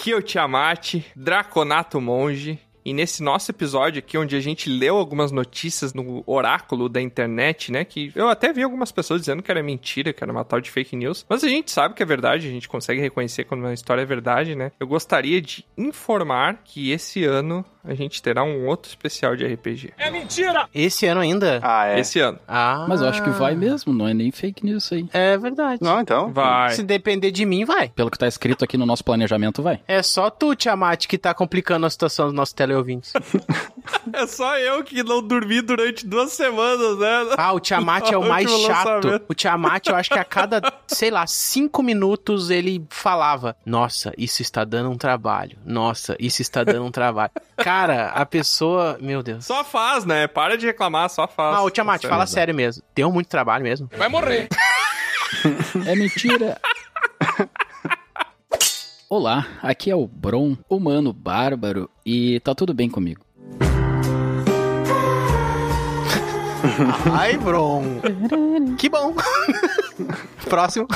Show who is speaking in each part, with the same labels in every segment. Speaker 1: Kyo é Tiamat, Draconato Monge. E nesse nosso episódio aqui, onde a gente leu algumas notícias no oráculo da internet, né? Que eu até vi algumas pessoas dizendo que era mentira, que era uma tal de fake news. Mas a gente sabe que é verdade, a gente consegue reconhecer quando uma história é verdade, né? Eu gostaria de informar que esse ano a gente terá um outro especial de RPG.
Speaker 2: É mentira!
Speaker 3: Esse ano ainda?
Speaker 4: Ah, é.
Speaker 1: Esse ano.
Speaker 3: Ah.
Speaker 5: Mas eu acho que vai mesmo, não é nem fake news isso aí.
Speaker 3: É verdade.
Speaker 4: Não, então.
Speaker 1: Vai.
Speaker 3: Se depender de mim, vai.
Speaker 5: Pelo que tá escrito aqui no nosso planejamento, vai.
Speaker 3: É só tu, Tiamat, que tá complicando a situação dos nossos teleouvintes.
Speaker 1: É só eu que não dormi durante duas semanas, né?
Speaker 3: Ah, o Tiamat é o mais
Speaker 1: Ótimo
Speaker 3: chato.
Speaker 1: lançamento.
Speaker 3: O Tiamat, eu acho que a cada, sei lá, cinco minutos ele falava: Nossa, isso está dando um trabalho. Nossa, isso está dando um trabalho. Cara, a pessoa. Meu Deus.
Speaker 1: Só faz, né? Para de reclamar, só faz.
Speaker 3: Ah, o Tiamat,
Speaker 1: Tá
Speaker 3: fala
Speaker 1: certo.
Speaker 3: sério mesmo. Deu muito trabalho mesmo.
Speaker 2: Vai morrer.
Speaker 5: É mentira! Olá, aqui é o Bron, humano bárbaro, e tá tudo bem comigo.
Speaker 3: Ai, Bron. Que bom. Próximo.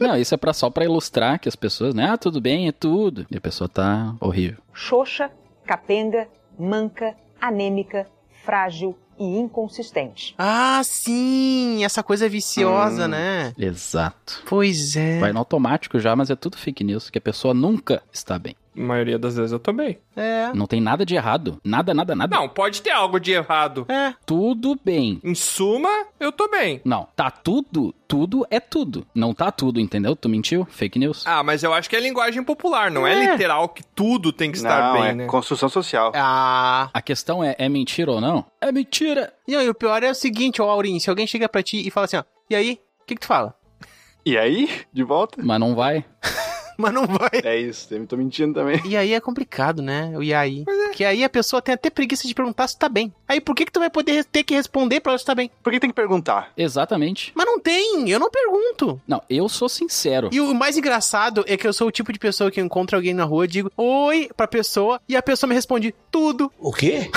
Speaker 5: Não, isso é pra, só pra ilustrar que as pessoas, né? Ah, tudo bem, é tudo. E a pessoa tá horrível.
Speaker 6: xoxa, capenga, manca, anêmica, frágil e inconsistente.
Speaker 3: Ah, sim. Essa coisa
Speaker 1: Hum.
Speaker 3: viciosa, né?
Speaker 5: Exato.
Speaker 3: Pois é.
Speaker 5: Vai no automático já, mas é tudo fake news, que a pessoa nunca está bem.
Speaker 1: A maioria das vezes eu também.
Speaker 3: É.
Speaker 5: Não tem nada de errado. Nada, nada, nada.
Speaker 1: Não, pode ter algo de errado.
Speaker 3: É.
Speaker 5: Tudo bem.
Speaker 1: Em suma, eu tô bem.
Speaker 5: Não, tá tudo, tudo é tudo. Não tá tudo, entendeu? Tu mentiu? Fake news.
Speaker 1: Ah, mas eu acho que é linguagem popular, não é,
Speaker 3: É.
Speaker 1: literal que tudo tem que estar
Speaker 4: Não,
Speaker 1: bem,
Speaker 4: é
Speaker 1: né?
Speaker 4: construção social.
Speaker 3: Ah.
Speaker 5: A questão é, é mentira ou não? É mentira!
Speaker 3: Não, e o pior é o seguinte, ó, Aurim, se alguém chega pra ti e fala assim, ó, e aí, o que que tu fala?
Speaker 4: E aí? De volta?
Speaker 5: Mas não vai.
Speaker 3: Mas não vai.
Speaker 4: É isso, eu tô mentindo também.
Speaker 3: E aí é complicado, né? O e aí. Porque aí a pessoa tem até preguiça de perguntar se tá bem. Aí por que que tu vai poder res- ter que responder pra ela se tá bem?
Speaker 4: Por que tem que perguntar?
Speaker 5: Exatamente.
Speaker 3: Mas não tem, eu não pergunto.
Speaker 5: Não, eu sou sincero.
Speaker 3: E o mais engraçado é que eu sou o tipo de pessoa que eu encontro alguém na rua, digo oi pra pessoa, e a pessoa me responde tudo.
Speaker 2: O quê?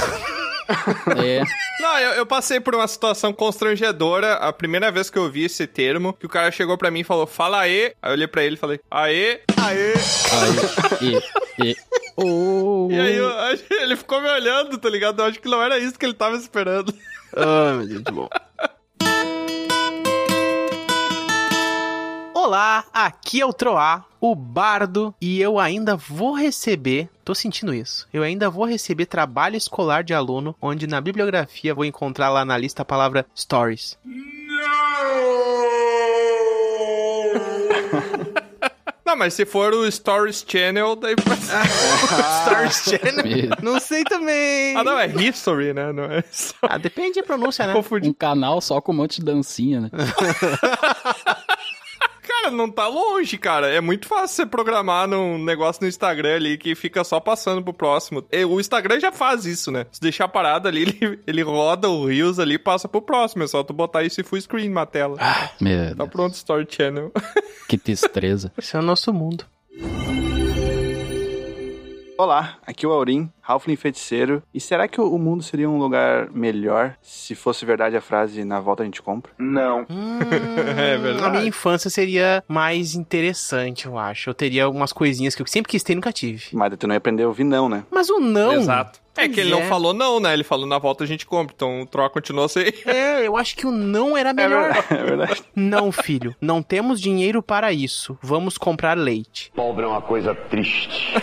Speaker 5: É,
Speaker 1: Não, eu, eu passei por uma situação constrangedora a primeira vez que eu vi esse termo, que o cara chegou pra mim e falou, fala aí. Aí eu olhei pra ele e falei, aê, aê.
Speaker 5: aí, e, e, oh.
Speaker 1: E aí eu- ele ficou me olhando, tá ligado? Eu acho que não era isso que ele tava esperando.
Speaker 3: Ah, meu Deus, bom. Olá, aqui é o Troá, o Bardo, e eu ainda vou receber. Tô sentindo isso. Eu ainda vou receber trabalho escolar de aluno, onde na bibliografia vou encontrar lá na lista a palavra stories.
Speaker 1: Não, mas se for o Stories Channel, daí...
Speaker 3: stories channel?
Speaker 5: Meu,
Speaker 3: Não sei também.
Speaker 1: ah, não, é History, né? Não é só...
Speaker 3: Ah, depende da pronúncia, né?
Speaker 1: Confundi.
Speaker 5: Um canal só com um monte de dancinha, né?
Speaker 1: Cara, não tá longe, cara. É muito fácil você programar num negócio no Instagram ali que fica só passando pro próximo. E O Instagram já faz isso, né? Se deixar parado ali, ele, ele roda o Reels ali e passa pro próximo. É só tu botar isso em full screen na tela.
Speaker 5: Ah, Meu
Speaker 1: Tá
Speaker 5: Deus,
Speaker 1: pronto, Story Channel.
Speaker 5: que tristeza.
Speaker 3: Esse é o nosso mundo.
Speaker 4: Olá, aqui é o Aurim, Halfling Feiticeiro. E será que o mundo seria um lugar melhor se fosse verdade a frase na volta a gente compra?
Speaker 3: Hum,
Speaker 1: É verdade.
Speaker 3: A minha infância seria mais interessante, eu acho. Eu teria algumas coisinhas que eu sempre quis ter e nunca tive.
Speaker 4: Mas tu não ia aprender a ouvir não, né?
Speaker 3: Mas o não.
Speaker 5: Então,
Speaker 1: É que ele não
Speaker 3: é.
Speaker 1: falou não, né? Ele falou na volta a gente compra, então o troca continua sem.
Speaker 3: É, eu acho que o não era
Speaker 4: É
Speaker 3: melhor.
Speaker 4: verdade. É verdade.
Speaker 3: não, filho, não temos dinheiro para isso. Vamos comprar leite.
Speaker 7: Pobre é uma coisa triste.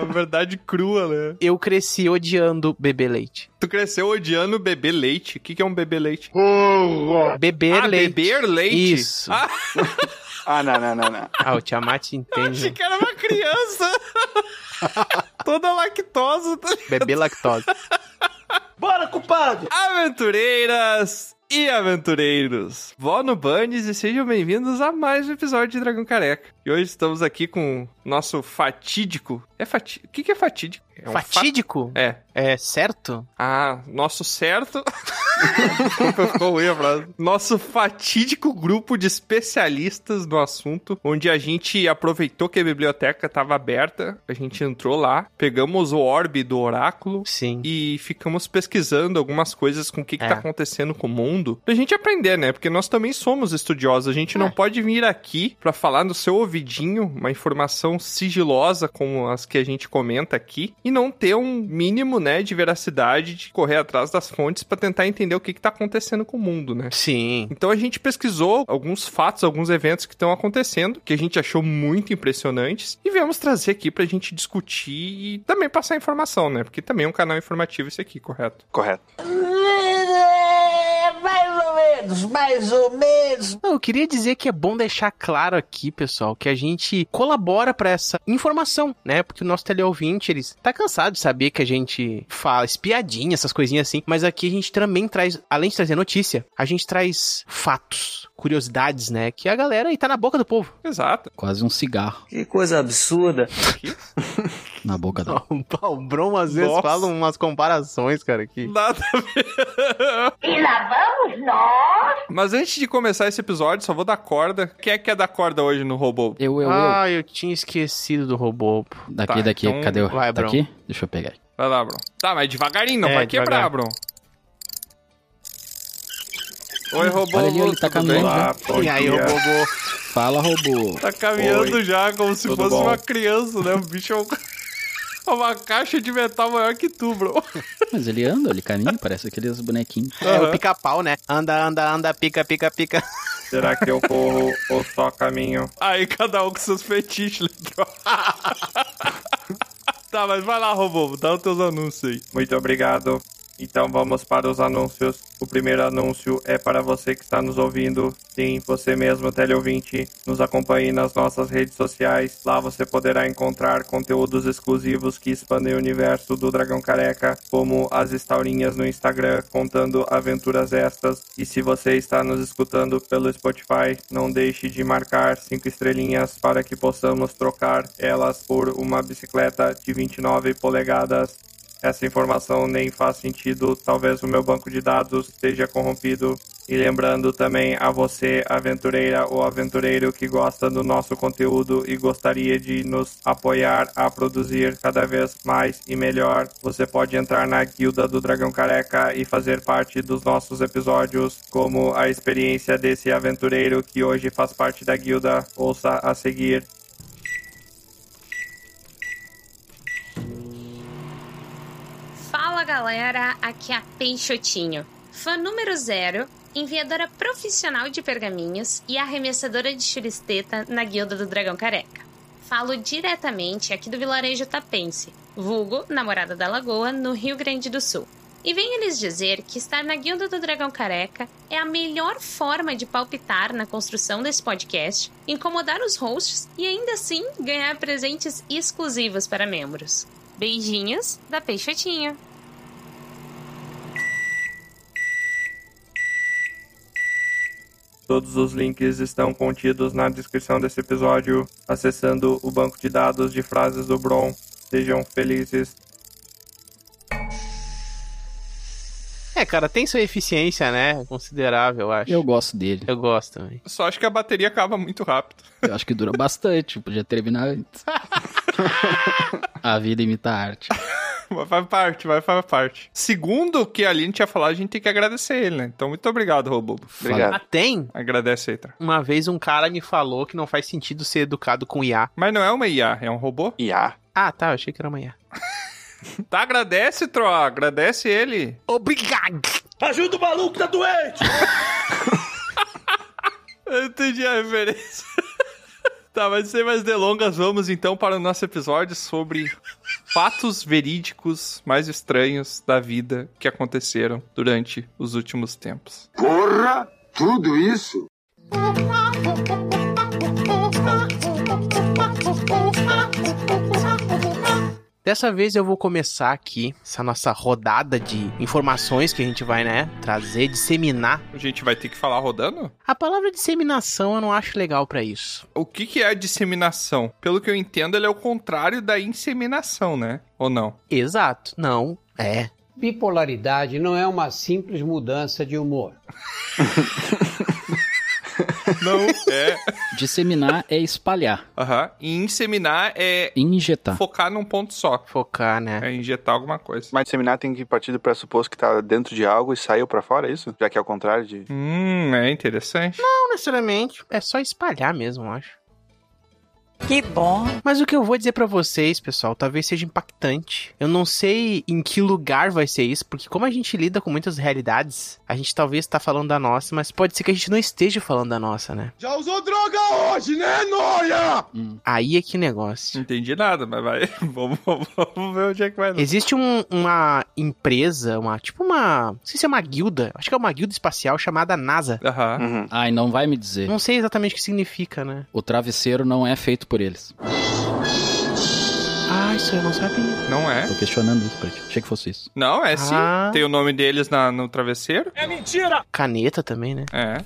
Speaker 1: A verdade crua, né?
Speaker 3: Eu cresci odiando beber leite.
Speaker 1: Tu cresceu odiando beber leite. O que, que é um beber leite?
Speaker 3: Beber
Speaker 1: ah,
Speaker 3: leite.
Speaker 1: beber leite?
Speaker 3: Isso.
Speaker 1: Ah,
Speaker 4: Ah, não, não, não, não.
Speaker 3: Ah, o Tiamat
Speaker 1: achei
Speaker 3: entende. né?
Speaker 1: que era uma criança. Toda lactosa. tá
Speaker 3: Beber lactose.
Speaker 2: Bora, culpado!
Speaker 1: Aventureiras e aventureiros, vó no Bundes e sejam bem-vindos a mais um episódio de Dragão Careca. E hoje estamos aqui com o nosso fatídico. É fatídico? O que, que é fatídico? É um fa-
Speaker 3: Fatídico?
Speaker 1: É.
Speaker 3: É certo?
Speaker 1: Ah, nosso certo. Desculpa, Ficou ruim a frase. Nosso fatídico grupo de especialistas no assunto, onde a gente aproveitou que a biblioteca estava aberta, a gente entrou lá, pegamos o orbe do oráculo,
Speaker 3: Sim.
Speaker 1: e ficamos pesquisando algumas coisas com o que, que
Speaker 3: Uhum. É.
Speaker 1: tá acontecendo com o mundo. Pra gente aprender, né? Porque nós também somos estudiosos. A gente não pode vir aqui pra falar no seu ouvido escondidinho, uma informação sigilosa como as que a gente comenta aqui, e não ter um mínimo, né, de veracidade de correr atrás das fontes pra tentar entender o que que tá acontecendo com o mundo, né?
Speaker 3: Sim.
Speaker 1: Então a gente pesquisou alguns fatos, alguns eventos que estão acontecendo, que a gente achou muito impressionantes, e viemos trazer aqui pra gente discutir e também passar informação, né? Porque também é um canal informativo esse aqui, correto?
Speaker 4: Correto.
Speaker 2: Mais ou menos, mais ou menos.
Speaker 3: Não, eu queria dizer que é bom deixar claro aqui, pessoal, que a gente colabora pra essa informação, né? Porque o nosso teleouvinte, ele tá cansado de saber que a gente fala espiadinha, essas coisinhas assim, mas aqui a gente também traz, além de trazer notícia, a gente traz fatos, curiosidades, né? Que a galera aí tá na boca do povo.
Speaker 1: Exato.
Speaker 5: Quase um cigarro
Speaker 2: Que coisa absurda.
Speaker 5: na boca dela.
Speaker 3: o Brom um às vezes
Speaker 1: Nossa.
Speaker 3: fala umas comparações, cara, que...
Speaker 1: Nada a ver.
Speaker 8: E lá vamos nós!
Speaker 1: Mas antes de começar esse episódio, só vou dar corda. Quem é que é dar corda hoje no robô?
Speaker 5: Eu, eu, eu.
Speaker 3: Ah, eu tinha esquecido do robô.
Speaker 5: Daqui,
Speaker 1: tá,
Speaker 5: daqui.
Speaker 1: então
Speaker 5: Cadê o...
Speaker 3: vai,
Speaker 5: tá
Speaker 3: Bruno.
Speaker 5: aqui? Deixa eu pegar aqui.
Speaker 1: Vai lá, Bron. Tá, mas devagarinho, não
Speaker 3: É,
Speaker 1: vai quebrar,
Speaker 3: devagar.
Speaker 1: Bron. Oi, robô.
Speaker 5: Olha ali, ele
Speaker 1: tudo
Speaker 5: tá caminhando.
Speaker 1: bem?
Speaker 5: já.
Speaker 4: bom
Speaker 3: e aí, o
Speaker 4: dia.
Speaker 3: robô...
Speaker 5: Fala, robô.
Speaker 1: Tá caminhando
Speaker 4: Oi.
Speaker 1: já, como se
Speaker 4: Tudo
Speaker 1: fosse
Speaker 4: bom?
Speaker 1: uma criança, né? O bicho é um- uma caixa de metal maior que tu, Bron.
Speaker 5: Mas ele anda, ele caminha, parece aqueles bonequinhos.
Speaker 3: É,
Speaker 1: Aham.
Speaker 3: o pica-pau, né? Anda, anda, anda, pica, pica, pica.
Speaker 4: Será que eu corro ou só caminho?
Speaker 1: Aí cada um com seus fetiches, legal. Tá, mas vai lá, robô, dá os teus anúncios aí.
Speaker 4: Muito obrigado. Então vamos para os anúncios. O primeiro anúncio é para você que está nos ouvindo. Sim, você mesmo, teleouvinte. Nos acompanhe nas nossas redes sociais. Lá você poderá encontrar conteúdos exclusivos que expandem o universo do Dragão Careca, como as estaurinhas no Instagram contando aventuras extras. E se você está nos escutando pelo Spotify, não deixe de marcar cinco estrelinhas para que possamos trocar elas por uma bicicleta de 29 polegadas. Essa informação nem faz sentido, talvez o meu banco de dados esteja corrompido. E lembrando também a você, aventureira ou aventureiro que gosta do nosso conteúdo e gostaria de nos apoiar a produzir cada vez mais e melhor, você pode entrar na Guilda do Dragão Careca e fazer parte dos nossos episódios, como a experiência desse aventureiro que hoje faz parte da guilda. Ouça a seguir.
Speaker 8: Fala galera, aqui é a Peixotinho, fã número zero, enviadora profissional de pergaminhos e arremessadora de churisteta na Guilda do Dragão Careca. Falo diretamente aqui do vilarejo Tapense, vulgo Namorada da Lagoa, no Rio Grande do Sul. E venho lhes dizer que estar na Guilda do Dragão Careca é a melhor forma de palpitar na construção desse podcast, incomodar os hosts e ainda assim ganhar presentes exclusivos para membros. Beijinhos da Peixotinho.
Speaker 4: Todos os links estão contidos na descrição desse episódio, acessando o banco de dados de frases do Bron. Sejam felizes.
Speaker 3: É, cara, tem sua eficiência, né? Considerável, eu acho.
Speaker 5: Eu gosto dele.
Speaker 3: Eu gosto também.
Speaker 1: Só acho que a bateria acaba muito rápido.
Speaker 5: Eu acho que dura bastante. Podia terminar antes. a vida imita a arte.
Speaker 1: Mas faz parte, vai faz parte. Segundo o que a Aline tinha falado, a gente tem que agradecer ele, né? Então, muito obrigado, robô.
Speaker 4: Obrigado.
Speaker 3: Ah, tem?
Speaker 1: Agradece aí, tá?
Speaker 3: Uma vez um cara me falou que não faz sentido ser educado com IA.
Speaker 1: Mas não é uma IA, é um robô?
Speaker 4: Iá.
Speaker 3: Ah, tá, eu achei que era amanhã.
Speaker 1: Tá, agradece, Troa, agradece ele.
Speaker 3: Obrigado!
Speaker 2: Ajuda o maluco, tá doente.
Speaker 1: Eu entendi a referência. tá, mas sem mais delongas, vamos então para o nosso episódio sobre fatos verídicos mais estranhos da vida que aconteceram durante os últimos tempos.
Speaker 7: Porra, tudo isso?
Speaker 3: Dessa vez eu vou começar aqui essa nossa rodada de informações que a gente vai, né, trazer, disseminar.
Speaker 1: A gente vai ter que falar rodando?
Speaker 3: A palavra disseminação eu não acho legal pra isso.
Speaker 1: O que, que é a disseminação? Pelo que eu entendo, ele é o contrário da inseminação, né? Ou não?
Speaker 3: Exato, não, é.
Speaker 9: Bipolaridade não é uma simples mudança de humor.
Speaker 1: Não é.
Speaker 5: Disseminar é espalhar.
Speaker 1: Aham. E inseminar é
Speaker 5: Injetar.
Speaker 1: focar num ponto só.
Speaker 3: Focar, né?
Speaker 1: É injetar alguma coisa.
Speaker 4: Mas disseminar tem que partir do pressuposto que tá dentro de algo e saiu pra fora, é isso? Já que é o contrário de.
Speaker 1: Hum, é interessante.
Speaker 3: Não necessariamente, é só espalhar mesmo, eu acho.
Speaker 10: Que bom.
Speaker 3: Mas o que eu vou dizer pra vocês, pessoal, talvez seja impactante. Eu não sei em que lugar vai ser isso, porque como a gente lida com muitas realidades, a gente talvez tá falando da nossa, mas pode ser que a gente não esteja falando da nossa, né?
Speaker 2: Já usou droga hoje, né, Noia?
Speaker 3: Aí é que negócio.
Speaker 1: Não entendi nada, mas vai. vamos, vamos- vamos ver onde é que vai. dar.
Speaker 3: Existe um- uma empresa, uma tipo uma, não sei se é uma guilda, acho que é uma guilda espacial chamada NASA.
Speaker 11: Hum.
Speaker 1: Aham.
Speaker 4: Uhum.
Speaker 5: Ai, não vai me dizer.
Speaker 3: Não sei exatamente o que significa, né?
Speaker 5: O travesseiro não é feito por eles.
Speaker 3: Ah, isso eu não sabia.
Speaker 1: Não é?
Speaker 5: Tô questionando isso pra ti. Achei que fosse isso.
Speaker 1: Não, é sim.
Speaker 3: Ah.
Speaker 1: Tem o nome deles na- no travesseiro.
Speaker 2: É mentira!
Speaker 3: Caneta também, né?
Speaker 1: É.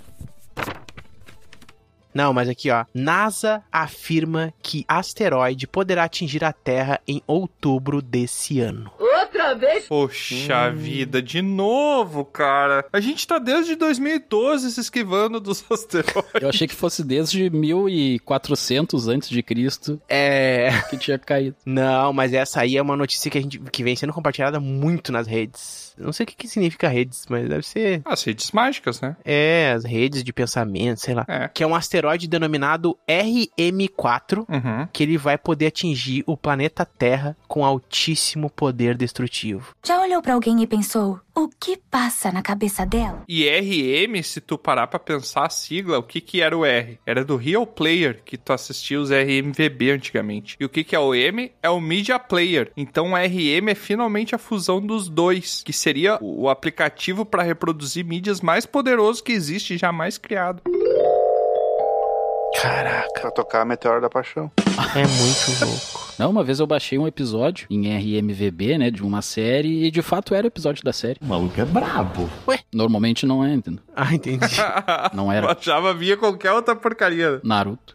Speaker 3: Não, mas aqui, ó. NASA afirma que asteroide poderá atingir a Terra em outubro desse ano.
Speaker 10: Outra vez?
Speaker 1: Poxa vida, de novo, cara. A gente tá desde 2012 se esquivando dos asteroides.
Speaker 5: Eu achei que fosse desde 1400 antes de Cristo
Speaker 3: É.
Speaker 5: que tinha caído.
Speaker 3: Não, mas essa aí é uma notícia que a gente que vem sendo compartilhada muito nas redes. Eu Não sei o que, que significa redes, mas deve ser
Speaker 1: As redes mágicas, né?
Speaker 3: É, as redes de pensamento, sei lá.
Speaker 1: É.
Speaker 3: Que é um asteroide denominado RM4,
Speaker 1: Uhum.
Speaker 3: que ele vai poder atingir o planeta Terra com altíssimo poder destrutivo.
Speaker 12: Já olhou pra alguém e pensou o que passa na cabeça dela?
Speaker 1: E RM, se tu parar pra pensar a sigla, o que que era o R? Era do Real Player, que tu assistia os RMVB antigamente. E o que que é o M? É o Media Player. Então o RM é finalmente a fusão dos dois, que seria o o aplicativo pra reproduzir mídias mais poderoso que existe e jamais criado.
Speaker 3: Caraca,
Speaker 11: Pra tocar a Meteora da Paixão.
Speaker 3: é muito louco.
Speaker 5: Não, uma vez eu baixei um episódio em RMVB, né, de uma série, e de fato era o episódio da série.
Speaker 11: O maluco é brabo.
Speaker 5: Normalmente não é, entendeu?
Speaker 3: Ah, entendi.
Speaker 5: Não era.
Speaker 1: Eu achava via qualquer outra porcaria.
Speaker 5: Naruto.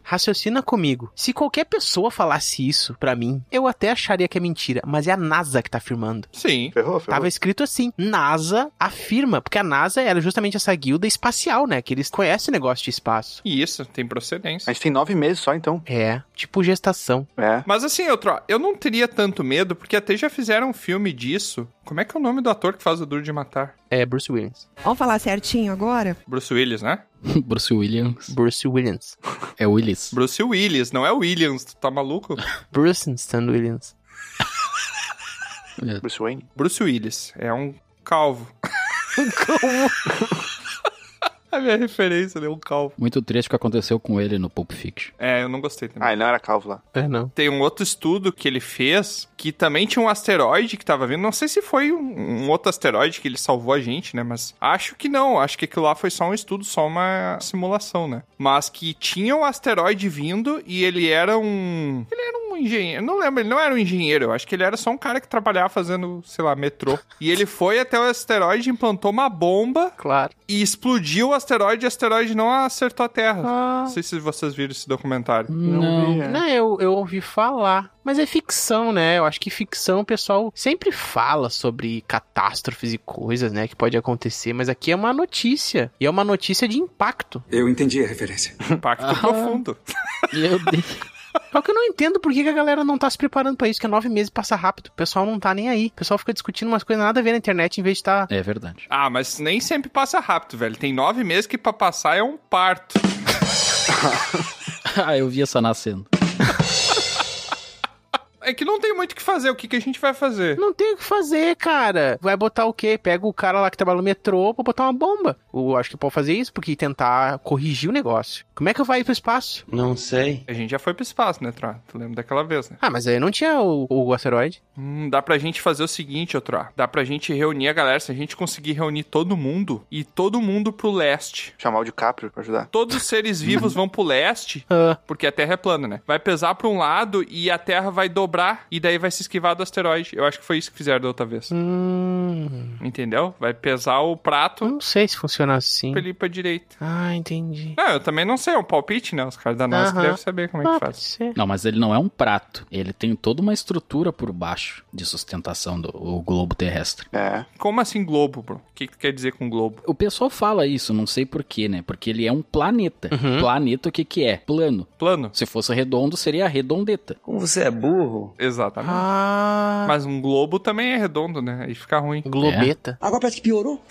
Speaker 3: Raciocina comigo. Se qualquer pessoa falasse isso pra mim, eu até acharia que é mentira, mas é a NASA que tá afirmando.
Speaker 1: Sim.
Speaker 11: Ferrou, ferrou.
Speaker 3: Tava escrito assim, NASA afirma, porque a NASA era justamente essa guilda espacial, né? Que eles conhecem o negócio de espaço.
Speaker 1: E isso, tem
Speaker 11: A
Speaker 1: procedência.
Speaker 11: gente tem nove meses só, então.
Speaker 3: É, tipo gestação.
Speaker 11: É.
Speaker 1: Mas assim, outro, ó, eu não teria tanto medo, porque até já fizeram um filme disso. Como é que é o nome do ator que faz o Duro de Matar?
Speaker 3: É Bruce Williams.
Speaker 13: Vamos falar certinho agora?
Speaker 1: Bruce Willis, né?
Speaker 5: Bruce Williams.
Speaker 3: Bruce Williams.
Speaker 5: É Willis.
Speaker 1: Bruce Willis, não é Williams, tu tá maluco?
Speaker 3: Bruce Stan Williams.
Speaker 11: Bruce Wayne.
Speaker 1: Bruce Willis é um calvo. A minha referência, ele é um calvo.
Speaker 5: Muito triste o que aconteceu com ele no Pulp Fiction.
Speaker 1: É, eu não gostei também.
Speaker 11: Ah, ele não era calvo lá.
Speaker 3: É, não.
Speaker 1: Tem um outro estudo que ele fez que também tinha um asteroide que tava vindo. Não sei se foi um, um outro asteroide que ele salvou a gente, né? Mas acho que não. Acho que aquilo lá foi só um estudo, só uma simulação, né? Mas que tinha um asteroide vindo e ele era um. Ele era um engenheiro. Não lembro, ele não era um engenheiro. Eu acho que ele era só um cara que trabalhava fazendo, sei lá, metrô. E ele foi até o asteroide, implantou uma bomba
Speaker 3: Claro.
Speaker 1: e explodiu o asteroide e o asteroide não acertou a Terra.
Speaker 3: Ah,
Speaker 1: Não sei se vocês viram esse documentário.
Speaker 5: Não.
Speaker 11: vi, é.
Speaker 3: não, eu, eu ouvi falar. Mas é ficção, né? Eu acho que ficção o pessoal sempre fala sobre catástrofes e coisas, né? Que pode acontecer. Mas aqui é uma notícia. E é uma notícia de impacto.
Speaker 7: Eu entendi a referência.
Speaker 1: Impacto profundo.
Speaker 5: Meu Deus.
Speaker 3: Só que eu não entendo por que que a galera não tá se preparando pra isso, que é nove meses e passa rápido. O pessoal não tá nem aí. O pessoal fica discutindo umas coisas nada a ver na internet em vez de tá.
Speaker 5: É verdade.
Speaker 1: Ah, mas nem sempre passa rápido, velho. Tem nove meses que pra passar é um parto.
Speaker 5: ah, eu vi essa nascendo.
Speaker 1: É que não tem muito o que fazer. O que, que a gente vai fazer?
Speaker 3: Não tem o que fazer, cara. Vai botar o quê? Pega o cara lá que trabalha no metrô pra botar uma bomba. Eu acho que pode fazer isso, porque tentar corrigir o negócio. Como é que eu vou ir pro espaço?
Speaker 9: Não sei.
Speaker 1: A gente já foi pro espaço, né, Troá? Tu lembra daquela vez, né?
Speaker 3: Ah, mas aí não tinha o, o asteroide.
Speaker 1: Hum, dá pra gente fazer o seguinte, ô Troá. Dá pra gente reunir a galera. Se a gente conseguir reunir todo mundo e todo mundo pro leste.
Speaker 11: Chamar o DiCaprio pra ajudar.
Speaker 1: Todos os seres vivos vão pro leste,
Speaker 3: Ah,
Speaker 1: porque a Terra é plana, né? Vai pesar pra um lado e a Terra vai dobrar e daí vai se esquivar do asteroide. Eu acho que foi isso que fizeram da outra vez.
Speaker 3: hum,
Speaker 1: Entendeu? Vai pesar o
Speaker 3: eu
Speaker 1: prato
Speaker 3: não sei se funciona assim.
Speaker 1: pra ele ir pra direita.
Speaker 3: Ah, entendi.
Speaker 1: Não, eu também não sei, é um palpite, né? Os caras da NASA
Speaker 3: Aham.
Speaker 1: devem saber como é
Speaker 3: Ah,
Speaker 1: que
Speaker 3: pode
Speaker 1: faz.
Speaker 3: ser.
Speaker 5: Não, mas ele não é um prato. Ele tem toda uma estrutura por baixo de sustentação do o globo terrestre.
Speaker 11: É.
Speaker 1: Como assim globo, bro? O que, que tu quer dizer com globo?
Speaker 5: O pessoal fala isso, não sei porquê, né? Porque ele é um planeta.
Speaker 3: Uhum.
Speaker 5: Planeta o que que é? Plano.
Speaker 1: Plano?
Speaker 5: Se fosse redondo, seria a redondeta.
Speaker 2: Como você é burro?
Speaker 1: Exatamente.
Speaker 3: Ah,
Speaker 1: Mas um globo também é redondo, né? Aí fica ruim.
Speaker 3: globeta.
Speaker 2: Agora parece que piorou.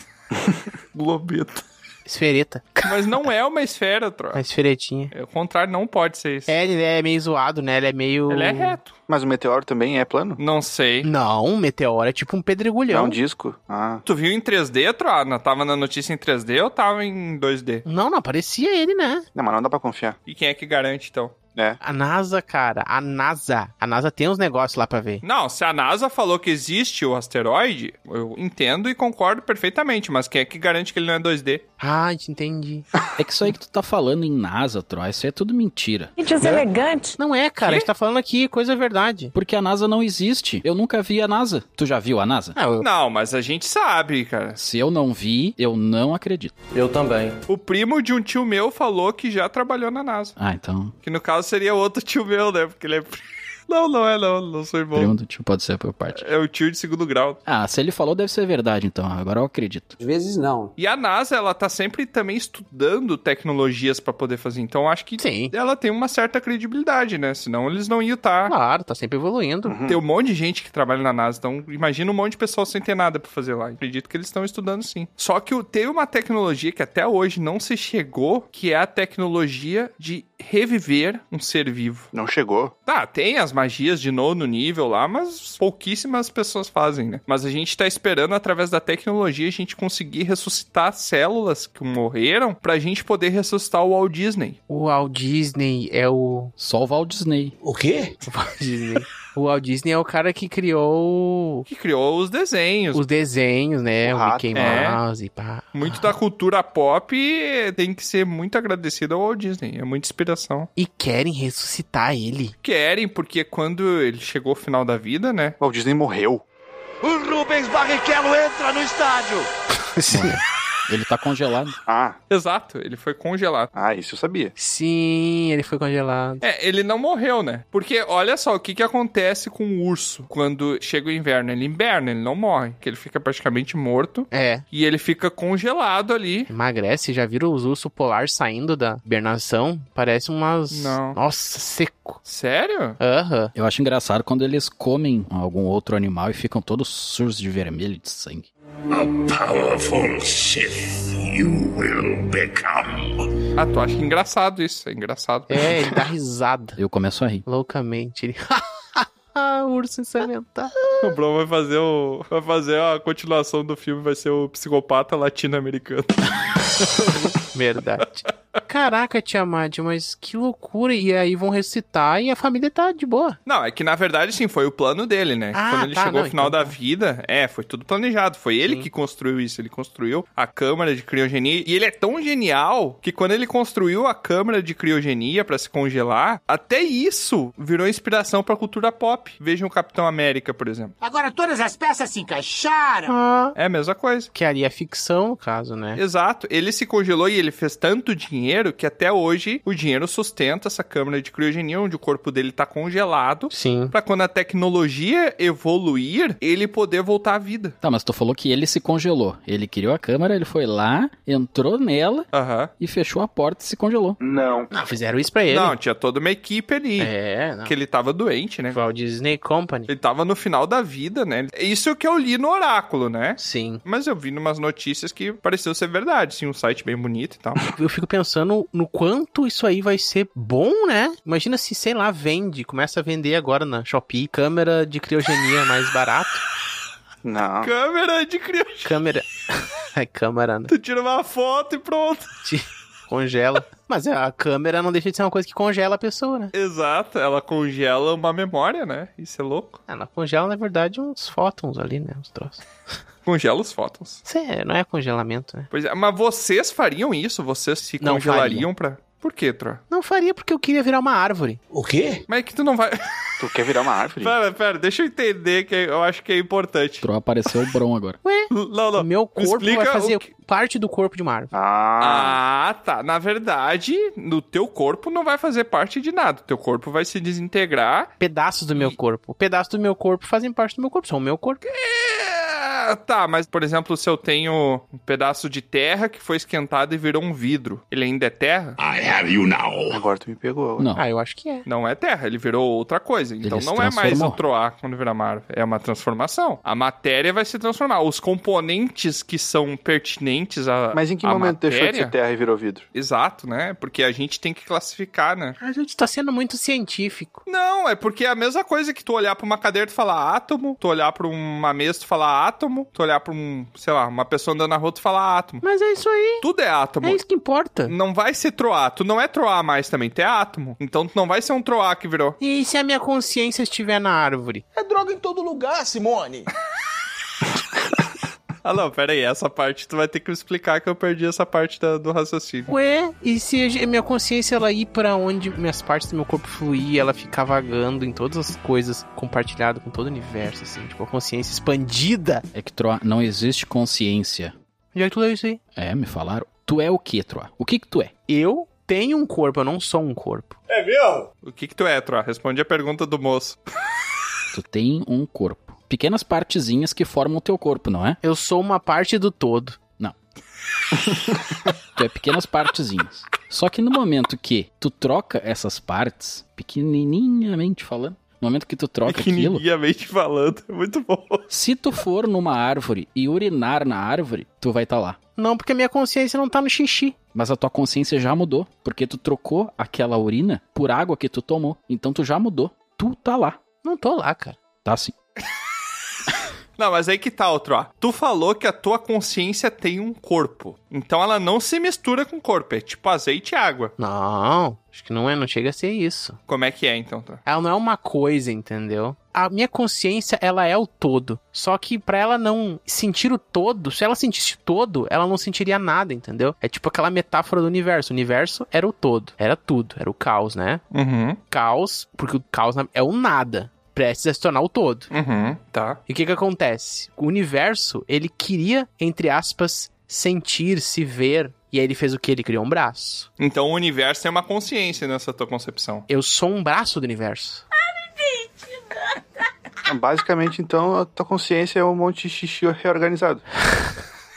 Speaker 1: Globeta.
Speaker 3: Esfereta.
Speaker 1: Mas não é uma esfera, Tro.
Speaker 3: Uma esferetinha.
Speaker 1: É, o contrário não pode ser isso.
Speaker 3: É, ele é meio zoado, né? Ele é meio.
Speaker 1: Ele é reto.
Speaker 11: Mas o meteoro também é plano?
Speaker 1: Não sei.
Speaker 3: Não, um meteoro é tipo um pedregulhão.
Speaker 11: É um disco. Ah.
Speaker 1: Tu viu em 3D, Tro? Na- Tava na notícia em 3D ou tava em 2D?
Speaker 3: Não, não, parecia ele, né?
Speaker 11: Não, mas não dá pra confiar.
Speaker 1: E quem é que garante, então?
Speaker 11: É.
Speaker 3: A NASA, cara, a NASA. A NASA tem uns negócios lá pra ver.
Speaker 1: Não, se a NASA falou que existe o asteroide, eu entendo e concordo perfeitamente, mas quem é que garante que ele não é 2D?
Speaker 3: Ah, te entendi.
Speaker 5: É que isso aí que tu tá falando em NASA, Troy, isso aí é tudo mentira.
Speaker 6: Gente, elegante.
Speaker 3: Não é, cara, a gente tá falando aqui coisa verdade.
Speaker 5: Porque a NASA não existe. Eu nunca vi a NASA. Tu já viu a NASA?
Speaker 3: Ah, eu-
Speaker 1: Não, mas a gente sabe, cara.
Speaker 5: Se eu não vi, eu não acredito.
Speaker 9: Eu também.
Speaker 1: O primo de um tio meu falou que já trabalhou na NASA.
Speaker 5: Ah, então.
Speaker 1: Que no caso seria outro tio meu, né? Porque ele é. pri- Não, não é, não. Não sou irmão.
Speaker 5: Primo do tio tipo, pode ser por parte.
Speaker 1: É o tio de segundo grau.
Speaker 5: Ah, se ele falou, deve ser verdade, então. Agora eu acredito.
Speaker 9: Às vezes não.
Speaker 1: E a NASA, ela tá sempre também estudando tecnologias pra poder fazer. Então, acho que
Speaker 3: Sim.
Speaker 1: ela tem uma certa credibilidade, né? Senão eles não iam estar.
Speaker 3: Claro, tá sempre evoluindo.
Speaker 1: Tem um monte de gente que trabalha na NASA, então imagina um monte de pessoal sem ter nada pra fazer lá. Acredito que eles estão estudando sim. Só que o- teve uma tecnologia que até hoje não se chegou, que é a tecnologia de reviver um ser vivo.
Speaker 11: Não chegou.
Speaker 1: Tá, tem as magias de nono nível lá, mas pouquíssimas pessoas fazem, né? Mas a gente tá esperando, através da tecnologia, a gente conseguir ressuscitar células que morreram pra gente poder ressuscitar o Walt Disney.
Speaker 3: O Walt Disney é o.
Speaker 5: Só o Walt Disney.
Speaker 9: O quê?
Speaker 3: O Walt Disney. o Walt Disney é o cara que criou
Speaker 1: Que criou os desenhos.
Speaker 3: os desenhos, né?
Speaker 11: O
Speaker 3: O,
Speaker 11: rato.
Speaker 3: Mickey
Speaker 1: É.
Speaker 3: Mouse e pá.
Speaker 1: Muito da cultura pop eh, tem que ser muito agradecido ao Walt Disney. É muita inspiração.
Speaker 3: E querem ressuscitar ele.
Speaker 1: Querem, porque quando ele chegou ao final da vida, né?
Speaker 11: O Walt Disney morreu.
Speaker 2: O Rubens Barrichello entra no estádio.
Speaker 5: Bom, ele tá congelado.
Speaker 11: Ah,
Speaker 1: Exato, ele foi congelado.
Speaker 11: ah, isso eu sabia.
Speaker 3: Sim, ele foi congelado.
Speaker 1: É, ele não morreu, né? Porque olha só o que, que acontece com o urso quando chega o inverno. Ele inverna, ele não morre, que ele fica praticamente morto
Speaker 3: É.
Speaker 1: e ele fica congelado ali.
Speaker 3: Emagrece, já viram os ursos polar saindo da hibernação? Parece umas.
Speaker 1: Não.
Speaker 3: Nossa, seco.
Speaker 1: Sério?
Speaker 3: Aham.
Speaker 5: Eu acho engraçado quando eles comem algum outro animal e ficam todos sujos de vermelho de sangue.
Speaker 10: Powerful Sith you will become.
Speaker 1: Ah, tu acha engraçado isso? É engraçado.
Speaker 3: É, ele dá risada.
Speaker 5: Eu começo a rir.
Speaker 3: Loucamente. Ele. Ah, urso ensanguentado.
Speaker 1: O Bron vai fazer o. Vai fazer a continuação do filme, vai ser o psicopata latino-americano.
Speaker 3: Verdade. Caraca, Tiamat, mas que loucura. E aí vão ressuscitar e a família tá de boa.
Speaker 1: Não, é que na verdade, sim, foi o plano dele, né?
Speaker 3: Ah,
Speaker 1: Quando ele
Speaker 3: tá,
Speaker 1: chegou
Speaker 3: não,
Speaker 1: ao final
Speaker 3: então
Speaker 1: da
Speaker 3: tá.
Speaker 1: vida, é, foi tudo planejado. Foi ele que construiu isso. Ele construiu a câmara de criogenia. E ele é tão genial que quando ele construiu a câmara de criogenia pra se congelar, até isso virou inspiração pra cultura pop. Vejam o Capitão América, por exemplo.
Speaker 10: Agora todas as peças se encaixaram.
Speaker 3: Ah.
Speaker 1: É a mesma coisa.
Speaker 3: Que ali é ficção, no caso, né?
Speaker 1: Exato, ele se congelou e ele fez tanto dinheiro que até hoje o dinheiro sustenta essa câmara de criogenia, onde o corpo dele tá congelado,
Speaker 3: Sim.
Speaker 1: Pra quando a tecnologia evoluir, ele poder voltar à vida.
Speaker 5: Tá, mas tu falou que ele se congelou. Ele criou a câmera, ele foi lá, entrou nela
Speaker 1: Aham.
Speaker 5: e fechou a porta e se congelou.
Speaker 11: Não.
Speaker 3: Não, fizeram isso pra ele.
Speaker 1: Não, tinha toda uma equipe ali.
Speaker 3: É, não.
Speaker 1: Que ele tava doente, né?
Speaker 3: Walt Disney Company.
Speaker 1: Ele tava no final da vida, né? Isso é o que eu li no oráculo, né?
Speaker 3: Sim.
Speaker 1: Mas eu vi numas notícias que pareceu ser verdade, sim, um site bem bonito e tal.
Speaker 3: Eu fico pensando no quanto isso aí vai ser bom, né? Imagina se, sei lá, vende. Começa a vender agora na Shopee. Câmera de criogenia mais barato.
Speaker 1: Ah.
Speaker 11: Não.
Speaker 1: Câmera de criança.
Speaker 3: Câmera. é câmera, né?
Speaker 1: Tu tira uma foto e pronto.
Speaker 3: Congela. Mas a câmera não deixa de ser uma coisa que congela a pessoa, né?
Speaker 1: Exato, ela congela uma memória, né? Isso é louco.
Speaker 3: Ela Ah, congela, na verdade, uns fótons ali, né? Uns troços.
Speaker 1: Congela os fótons.
Speaker 3: Isso é- não é congelamento, né?
Speaker 1: Pois é, mas vocês fariam isso? Vocês se
Speaker 3: Não
Speaker 1: congelariam pra. Por quê, Tro?
Speaker 3: Não faria porque eu queria virar uma árvore.
Speaker 9: O quê?
Speaker 1: Mas é que tu não vai.
Speaker 11: Tu quer virar uma árvore?
Speaker 1: Pera, pera, deixa eu entender que eu acho que é importante.
Speaker 5: Entrou, apareceu o Bron agora.
Speaker 1: Não,
Speaker 3: O
Speaker 1: não.
Speaker 3: meu corpo
Speaker 1: Explica
Speaker 3: vai fazer
Speaker 1: o que-
Speaker 3: parte do corpo de uma árvore.
Speaker 11: Ah.
Speaker 1: Ah, tá. Na verdade, no teu corpo não vai fazer parte de nada. Teu corpo vai se desintegrar.
Speaker 3: Pedaços do meu corpo. Pedaços do meu corpo fazem parte do meu corpo. São o meu corpo.
Speaker 1: É, Ah, tá, mas por exemplo, se eu tenho um pedaço de terra que foi esquentado e virou um vidro, ele ainda é terra?
Speaker 5: Ah.
Speaker 10: I have you now.
Speaker 11: Agora tu me pegou.
Speaker 1: Não.
Speaker 3: Ah, eu acho que é.
Speaker 1: Não é terra, ele virou outra coisa. Então
Speaker 5: se
Speaker 1: não é mais o
Speaker 5: transformou.
Speaker 1: Troar quando virar mar, é uma transformação. A matéria vai se transformar. Os componentes que são pertinentes a.
Speaker 11: Mas em que momento deixou de ser terra e virou vidro?
Speaker 1: Exato, né? Porque a gente tem que classificar, né?
Speaker 3: A gente tá sendo muito científico.
Speaker 1: Não, é porque é a mesma coisa que tu olhar pra uma cadeira e tu falar átomo, tu olhar pra uma mesa e tu falar átomo, tu olhar pra um, sei lá, uma pessoa andando na rua e tu falar átomo.
Speaker 3: Mas é isso aí.
Speaker 1: Tudo é átomo.
Speaker 3: É isso que importa.
Speaker 1: Não vai ser troar. Tu não é troar mais também, tu é átomo. Então tu não vai ser um troar que virou.
Speaker 3: E se a minha consciência estiver na árvore?
Speaker 2: É droga em todo lugar, Simone.
Speaker 1: Ah, não, pera aí. Essa parte tu vai ter que me explicar que eu perdi essa parte da- do raciocínio.
Speaker 3: Ué, e se a ge- minha consciência ela ir pra onde minhas partes do meu corpo fluir, ela ficar vagando em todas as coisas, compartilhado com todo o universo, assim, tipo, a consciência expandida?
Speaker 5: É que Troá, não existe consciência.
Speaker 3: Onde é que tu leu isso aí?
Speaker 5: É, me falaram. Tu é o que, Troá? O que que tu é?
Speaker 3: Eu tenho um corpo, eu não sou um corpo.
Speaker 1: É mesmo? O que que tu é, Troar? Responde a pergunta do moço.
Speaker 5: Tu tem um corpo. Pequenas partezinhas que formam o teu corpo, não é?
Speaker 3: Eu sou uma parte do todo.
Speaker 5: Não. tu é pequenas partezinhas. Só que no momento que tu troca essas partes, pequenininhamente falando, no momento que tu troca aquilo,
Speaker 1: Pequenininhamente falando. É muito bom.
Speaker 5: se tu for numa árvore e urinar na árvore, tu vai estar lá.
Speaker 3: Não, porque a minha consciência não tá no xixi.
Speaker 5: Mas a tua consciência já mudou, porque tu trocou aquela urina por água que tu tomou. Então tu já mudou. Tu tá lá.
Speaker 3: Não tô lá, cara.
Speaker 5: Tá sim.
Speaker 1: Não, mas aí que tá, ô, Troar. Tu falou que a tua consciência tem um corpo. Então ela não se mistura com o corpo. É tipo azeite e água.
Speaker 3: Não, acho que não é, não chega a ser isso.
Speaker 1: Como é que é, então, Troar?
Speaker 3: Ela não é uma coisa, entendeu? A minha consciência, ela é o todo. Só que pra ela não sentir o todo, se ela sentisse o todo, ela não sentiria nada, entendeu? É tipo aquela metáfora do universo. O universo era o todo, era tudo, era o caos, né?
Speaker 1: Uhum.
Speaker 3: Caos, porque o caos na- é o nada, prestes a se tornar o todo.
Speaker 1: Uhum. Tá.
Speaker 3: E o que que acontece? O universo, ele queria, entre aspas, sentir, se ver. E aí ele fez o que? Ele criou um braço.
Speaker 1: Então o universo é uma consciência nessa tua concepção.
Speaker 3: Eu sou um braço do universo.
Speaker 11: Basicamente, então, a tua consciência é um monte de xixi reorganizado.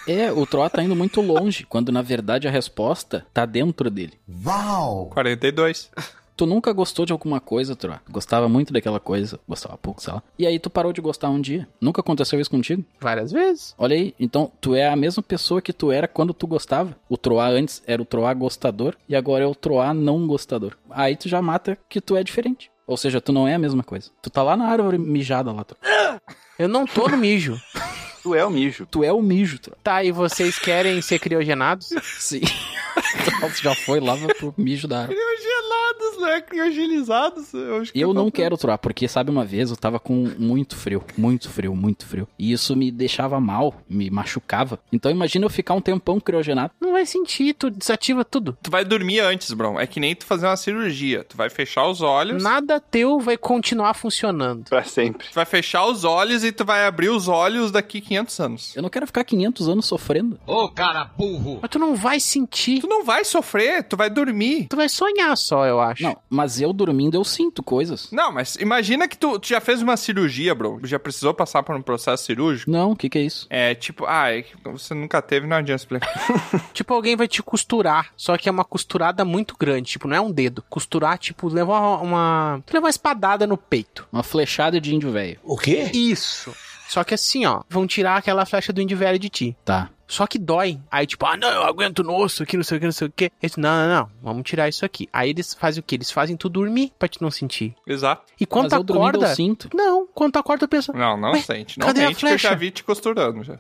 Speaker 5: É, o Troá tá indo muito longe, quando na verdade a resposta tá dentro dele.
Speaker 1: Uau! 42.
Speaker 5: Tu nunca gostou de alguma coisa, Troá. Gostava muito daquela coisa, gostava pouco, sei lá. E aí tu parou de gostar um dia. Nunca aconteceu isso contigo?
Speaker 3: Várias vezes.
Speaker 5: Olha aí, então tu é a mesma pessoa que tu era quando tu gostava. O Troá antes era o Troá gostador e agora é o Troá não gostador. Aí tu já mata que tu é diferente. Ou seja, tu não é a mesma coisa. Tu tá lá na árvore mijada lá, Troá.
Speaker 3: Eu não tô no mijo.
Speaker 11: Tu é o mijo.
Speaker 5: Tu é o mijo, Troá.
Speaker 3: Tá, e vocês querem ser criogenados?
Speaker 5: Sim. tu já foi lá pro mijo da árvore.
Speaker 1: Criogelados, né? Criogenizados. Eu, acho que
Speaker 5: Eu
Speaker 1: tá
Speaker 5: não
Speaker 1: tudo.
Speaker 5: quero troar, porque sabe uma vez eu tava com muito frio, muito frio, muito frio. E isso me deixava mal, me machucava. Então imagina eu ficar um tempão criogenado.
Speaker 3: Não vai sentir, tu desativa tudo.
Speaker 1: Tu vai dormir antes, Bron. É que nem tu fazer uma cirurgia. Tu vai fechar os olhos.
Speaker 3: Nada teu vai continuar funcionando.
Speaker 11: Pra sempre.
Speaker 1: Tu vai fechar os olhos e tu vai abrir os olhos daqui 500 anos.
Speaker 5: Eu não quero ficar 500 anos sofrendo.
Speaker 2: Ô, cara burro.
Speaker 3: Mas tu não vai sentir.
Speaker 1: Tu não vai sofrer, tu vai dormir.
Speaker 3: Tu vai sonhar só, eu acho.
Speaker 5: Não, mas eu dormindo eu sinto coisas.
Speaker 1: Não, mas imagina que tu, tu já fez uma cirurgia, bro. Já precisou passar por um processo cirúrgico.
Speaker 5: Não, o que que é isso?
Speaker 1: É tipo, ah, é que você nunca teve, não adianta explicar.
Speaker 3: Tipo, alguém vai te costurar. Só que é uma costurada muito grande. Tipo, não é um dedo. Costurar, tipo, levar uma. Tu levar uma espadada no peito.
Speaker 5: Uma flechada de índio velho.
Speaker 2: O quê?
Speaker 3: Isso. Só que assim, ó. Vão tirar aquela flecha do índio velho de ti.
Speaker 5: Tá.
Speaker 3: Só que dói. Aí, tipo, ah, não, eu aguento no osso aqui, não sei o que, não sei o que. Eles, não, não, não, vamos tirar isso aqui. Aí eles fazem o quê? Eles fazem tu dormir pra te não sentir.
Speaker 1: Exato.
Speaker 3: E quando
Speaker 5: mas eu
Speaker 3: tu
Speaker 5: dormindo
Speaker 3: acorda.
Speaker 5: eu sinto.
Speaker 3: Não, quando tu acorda, tu pensa.
Speaker 1: Não, não
Speaker 3: Ué,
Speaker 1: sente. Não
Speaker 3: cadê a
Speaker 1: sente que eu já
Speaker 3: flecha?
Speaker 1: vi te costurando já.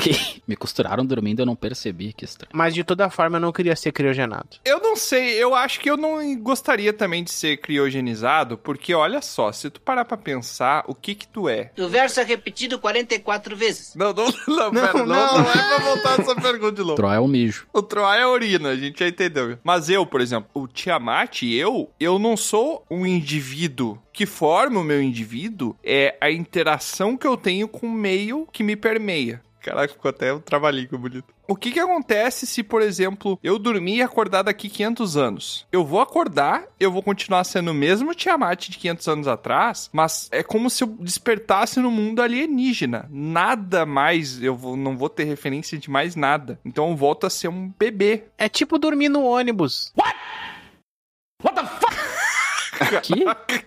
Speaker 5: Que me costuraram dormindo eu não percebi, que estranho.
Speaker 3: Mas de toda forma, eu não queria ser criogenado.
Speaker 1: Eu não sei, eu acho que eu não gostaria também de ser criogenizado, porque olha só, se tu parar pra pensar, o que que tu é?
Speaker 14: O verso é repetido 44 vezes.
Speaker 1: Não, não, não, pera, não,
Speaker 3: não.
Speaker 1: não é pra voltar essa pergunta de novo.
Speaker 5: Troá é um mijo.
Speaker 1: O Troá é a urina, a gente já entendeu. Mas eu, por exemplo, o Tiamat, eu, eu não sou um indivíduo. O que forma o meu indivíduo é a interação que eu tenho com o meio que me permeia. Caraca, ficou até um trabalhinho bonito. O que que acontece se, por exemplo, eu dormir e acordar daqui 500 anos? Eu vou acordar, eu vou continuar sendo o mesmo Tiamat de 500 anos atrás, mas é como se eu despertasse no mundo alienígena. Nada mais, eu vou- não vou ter referência de mais nada. Então eu volto a ser um bebê.
Speaker 3: É tipo dormir no ônibus.
Speaker 1: What? What the fuck?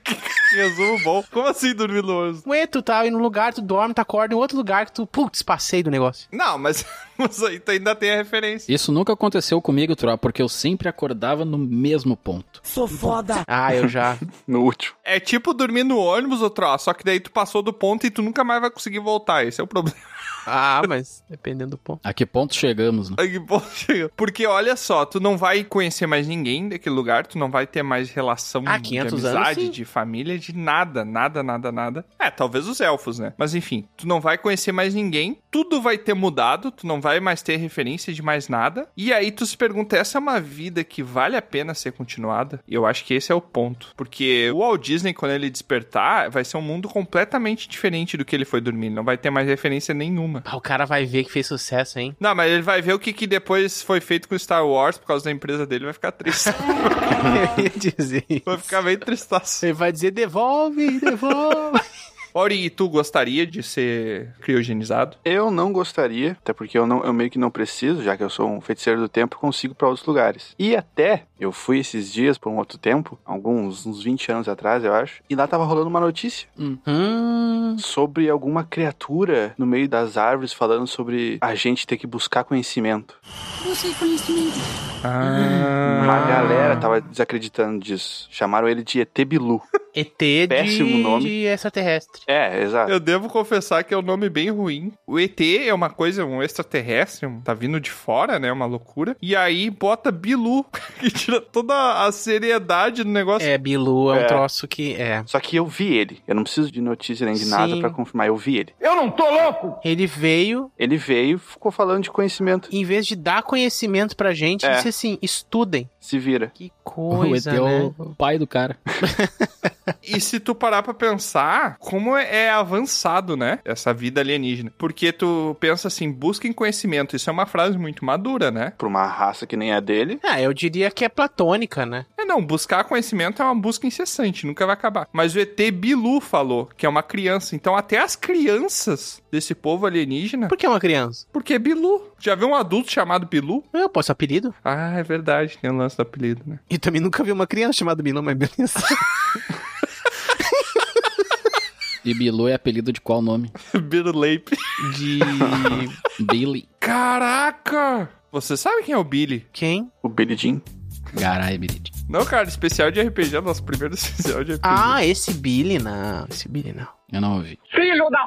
Speaker 1: que resumo bom. Como assim dormir no ônibus?
Speaker 3: Ué, tu tá em um lugar, tu dorme, tu acorda em outro lugar que tu, putz, passei do negócio.
Speaker 1: Não, mas, mas aí tu ainda tem a referência.
Speaker 5: Isso nunca aconteceu comigo, Troá, porque eu sempre acordava no mesmo ponto.
Speaker 1: Sou foda.
Speaker 3: Ah, eu já.
Speaker 1: no último. É tipo dormir no ônibus, outro, ó, só que daí tu passou do ponto e tu nunca mais vai conseguir voltar. Esse é o problema.
Speaker 3: Ah, mas dependendo do ponto.
Speaker 5: A que ponto chegamos, né?
Speaker 1: Ai, que bom, chega. Porque olha só, tu não vai conhecer mais ninguém daquele lugar, tu não vai ter mais relação
Speaker 3: Ah,
Speaker 1: de
Speaker 3: 500 anos,
Speaker 1: amizade,
Speaker 3: sim.
Speaker 1: de família, de nada, nada, nada, nada. É, talvez os elfos, né? Mas enfim, tu não vai conhecer mais ninguém, tudo vai ter mudado, tu não vai mais ter referência de mais nada. E aí tu se pergunta, essa é uma vida que vale a pena ser continuada? E eu acho que esse é o ponto. Porque o Walt Disney, quando ele despertar, vai ser um mundo completamente diferente do que ele foi dormir. Ele não vai ter mais referência nenhuma.
Speaker 3: Ah, o cara vai ver que fez sucesso, hein?
Speaker 1: Não, mas ele vai ver o que, que depois foi feito com Star Wars por causa da empresa dele, vai ficar triste.
Speaker 3: Eu ia dizer.
Speaker 1: Vai ficar bem tristaço.
Speaker 3: Ele vai dizer, devolve, devolve.
Speaker 1: Ori, e tu gostaria de ser criogenizado?
Speaker 11: Eu não gostaria, até porque eu, não, eu meio que não preciso, já que eu sou um feiticeiro do tempo, eu consigo para outros lugares. E até eu fui esses dias por um outro tempo, alguns uns 20 anos atrás, eu acho, e lá tava rolando uma notícia
Speaker 3: Hum,
Speaker 11: sobre alguma criatura no meio das árvores falando sobre a gente ter que buscar conhecimento.
Speaker 10: Busquei conhecimento.
Speaker 11: Uma
Speaker 1: Ah.
Speaker 11: galera tava desacreditando disso. Chamaram ele de ET Bilu.
Speaker 3: ET de...
Speaker 11: Péssimo nome.
Speaker 3: de extraterrestre.
Speaker 11: É, exato.
Speaker 1: Eu devo confessar que é um nome bem ruim. O ET é uma coisa, um extraterrestre, um- tá vindo de fora, né? Uma loucura. E aí bota Bilu, que tira toda a seriedade do negócio.
Speaker 3: É, Bilu é um
Speaker 11: É.
Speaker 3: troço que é.
Speaker 11: Só que eu vi ele. Eu não preciso de notícia nem de nada
Speaker 3: Sim.
Speaker 11: pra confirmar. Eu vi ele.
Speaker 3: Eu não tô louco! Ele veio,
Speaker 11: Ele veio e ficou falando de conhecimento.
Speaker 3: em vez de dar conhecimento pra gente,
Speaker 11: É.
Speaker 3: disse assim: estudem.
Speaker 11: Se vira.
Speaker 3: Que coisa,
Speaker 5: o ET é
Speaker 3: né?
Speaker 5: o pai do cara.
Speaker 1: E se tu parar pra pensar, como é é avançado, né? Essa vida alienígena. Porque tu pensa assim, busquem conhecimento. Isso é uma frase muito madura, né?
Speaker 11: Pra uma raça que nem a dele.
Speaker 3: Ah, eu diria que é platônica, né?
Speaker 1: É não, buscar conhecimento é uma busca incessante, nunca vai acabar. Mas o ET Bilu falou que é uma criança, então até as crianças desse povo alienígena.
Speaker 3: Por que é uma criança?
Speaker 1: Porque é Bilu. Já viu um adulto chamado Bilu?
Speaker 3: Eu posso apelido?
Speaker 1: Ah, é verdade, tem o lance do apelido, né?
Speaker 3: E também nunca vi uma criança chamada Bilu, mas beleza.
Speaker 5: E Bilu é apelido de qual nome?
Speaker 1: Biruleip.
Speaker 3: De.
Speaker 5: Billy.
Speaker 1: Caraca! Você sabe quem é o Billy?
Speaker 3: Quem?
Speaker 11: O Billy Jean.
Speaker 5: Caralho, Billy.
Speaker 1: Não, cara, especial de RPG, é nosso primeiro especial de RPG.
Speaker 3: Ah, esse Billy não. Esse Billy não.
Speaker 5: Eu não ouvi.
Speaker 1: Filho da...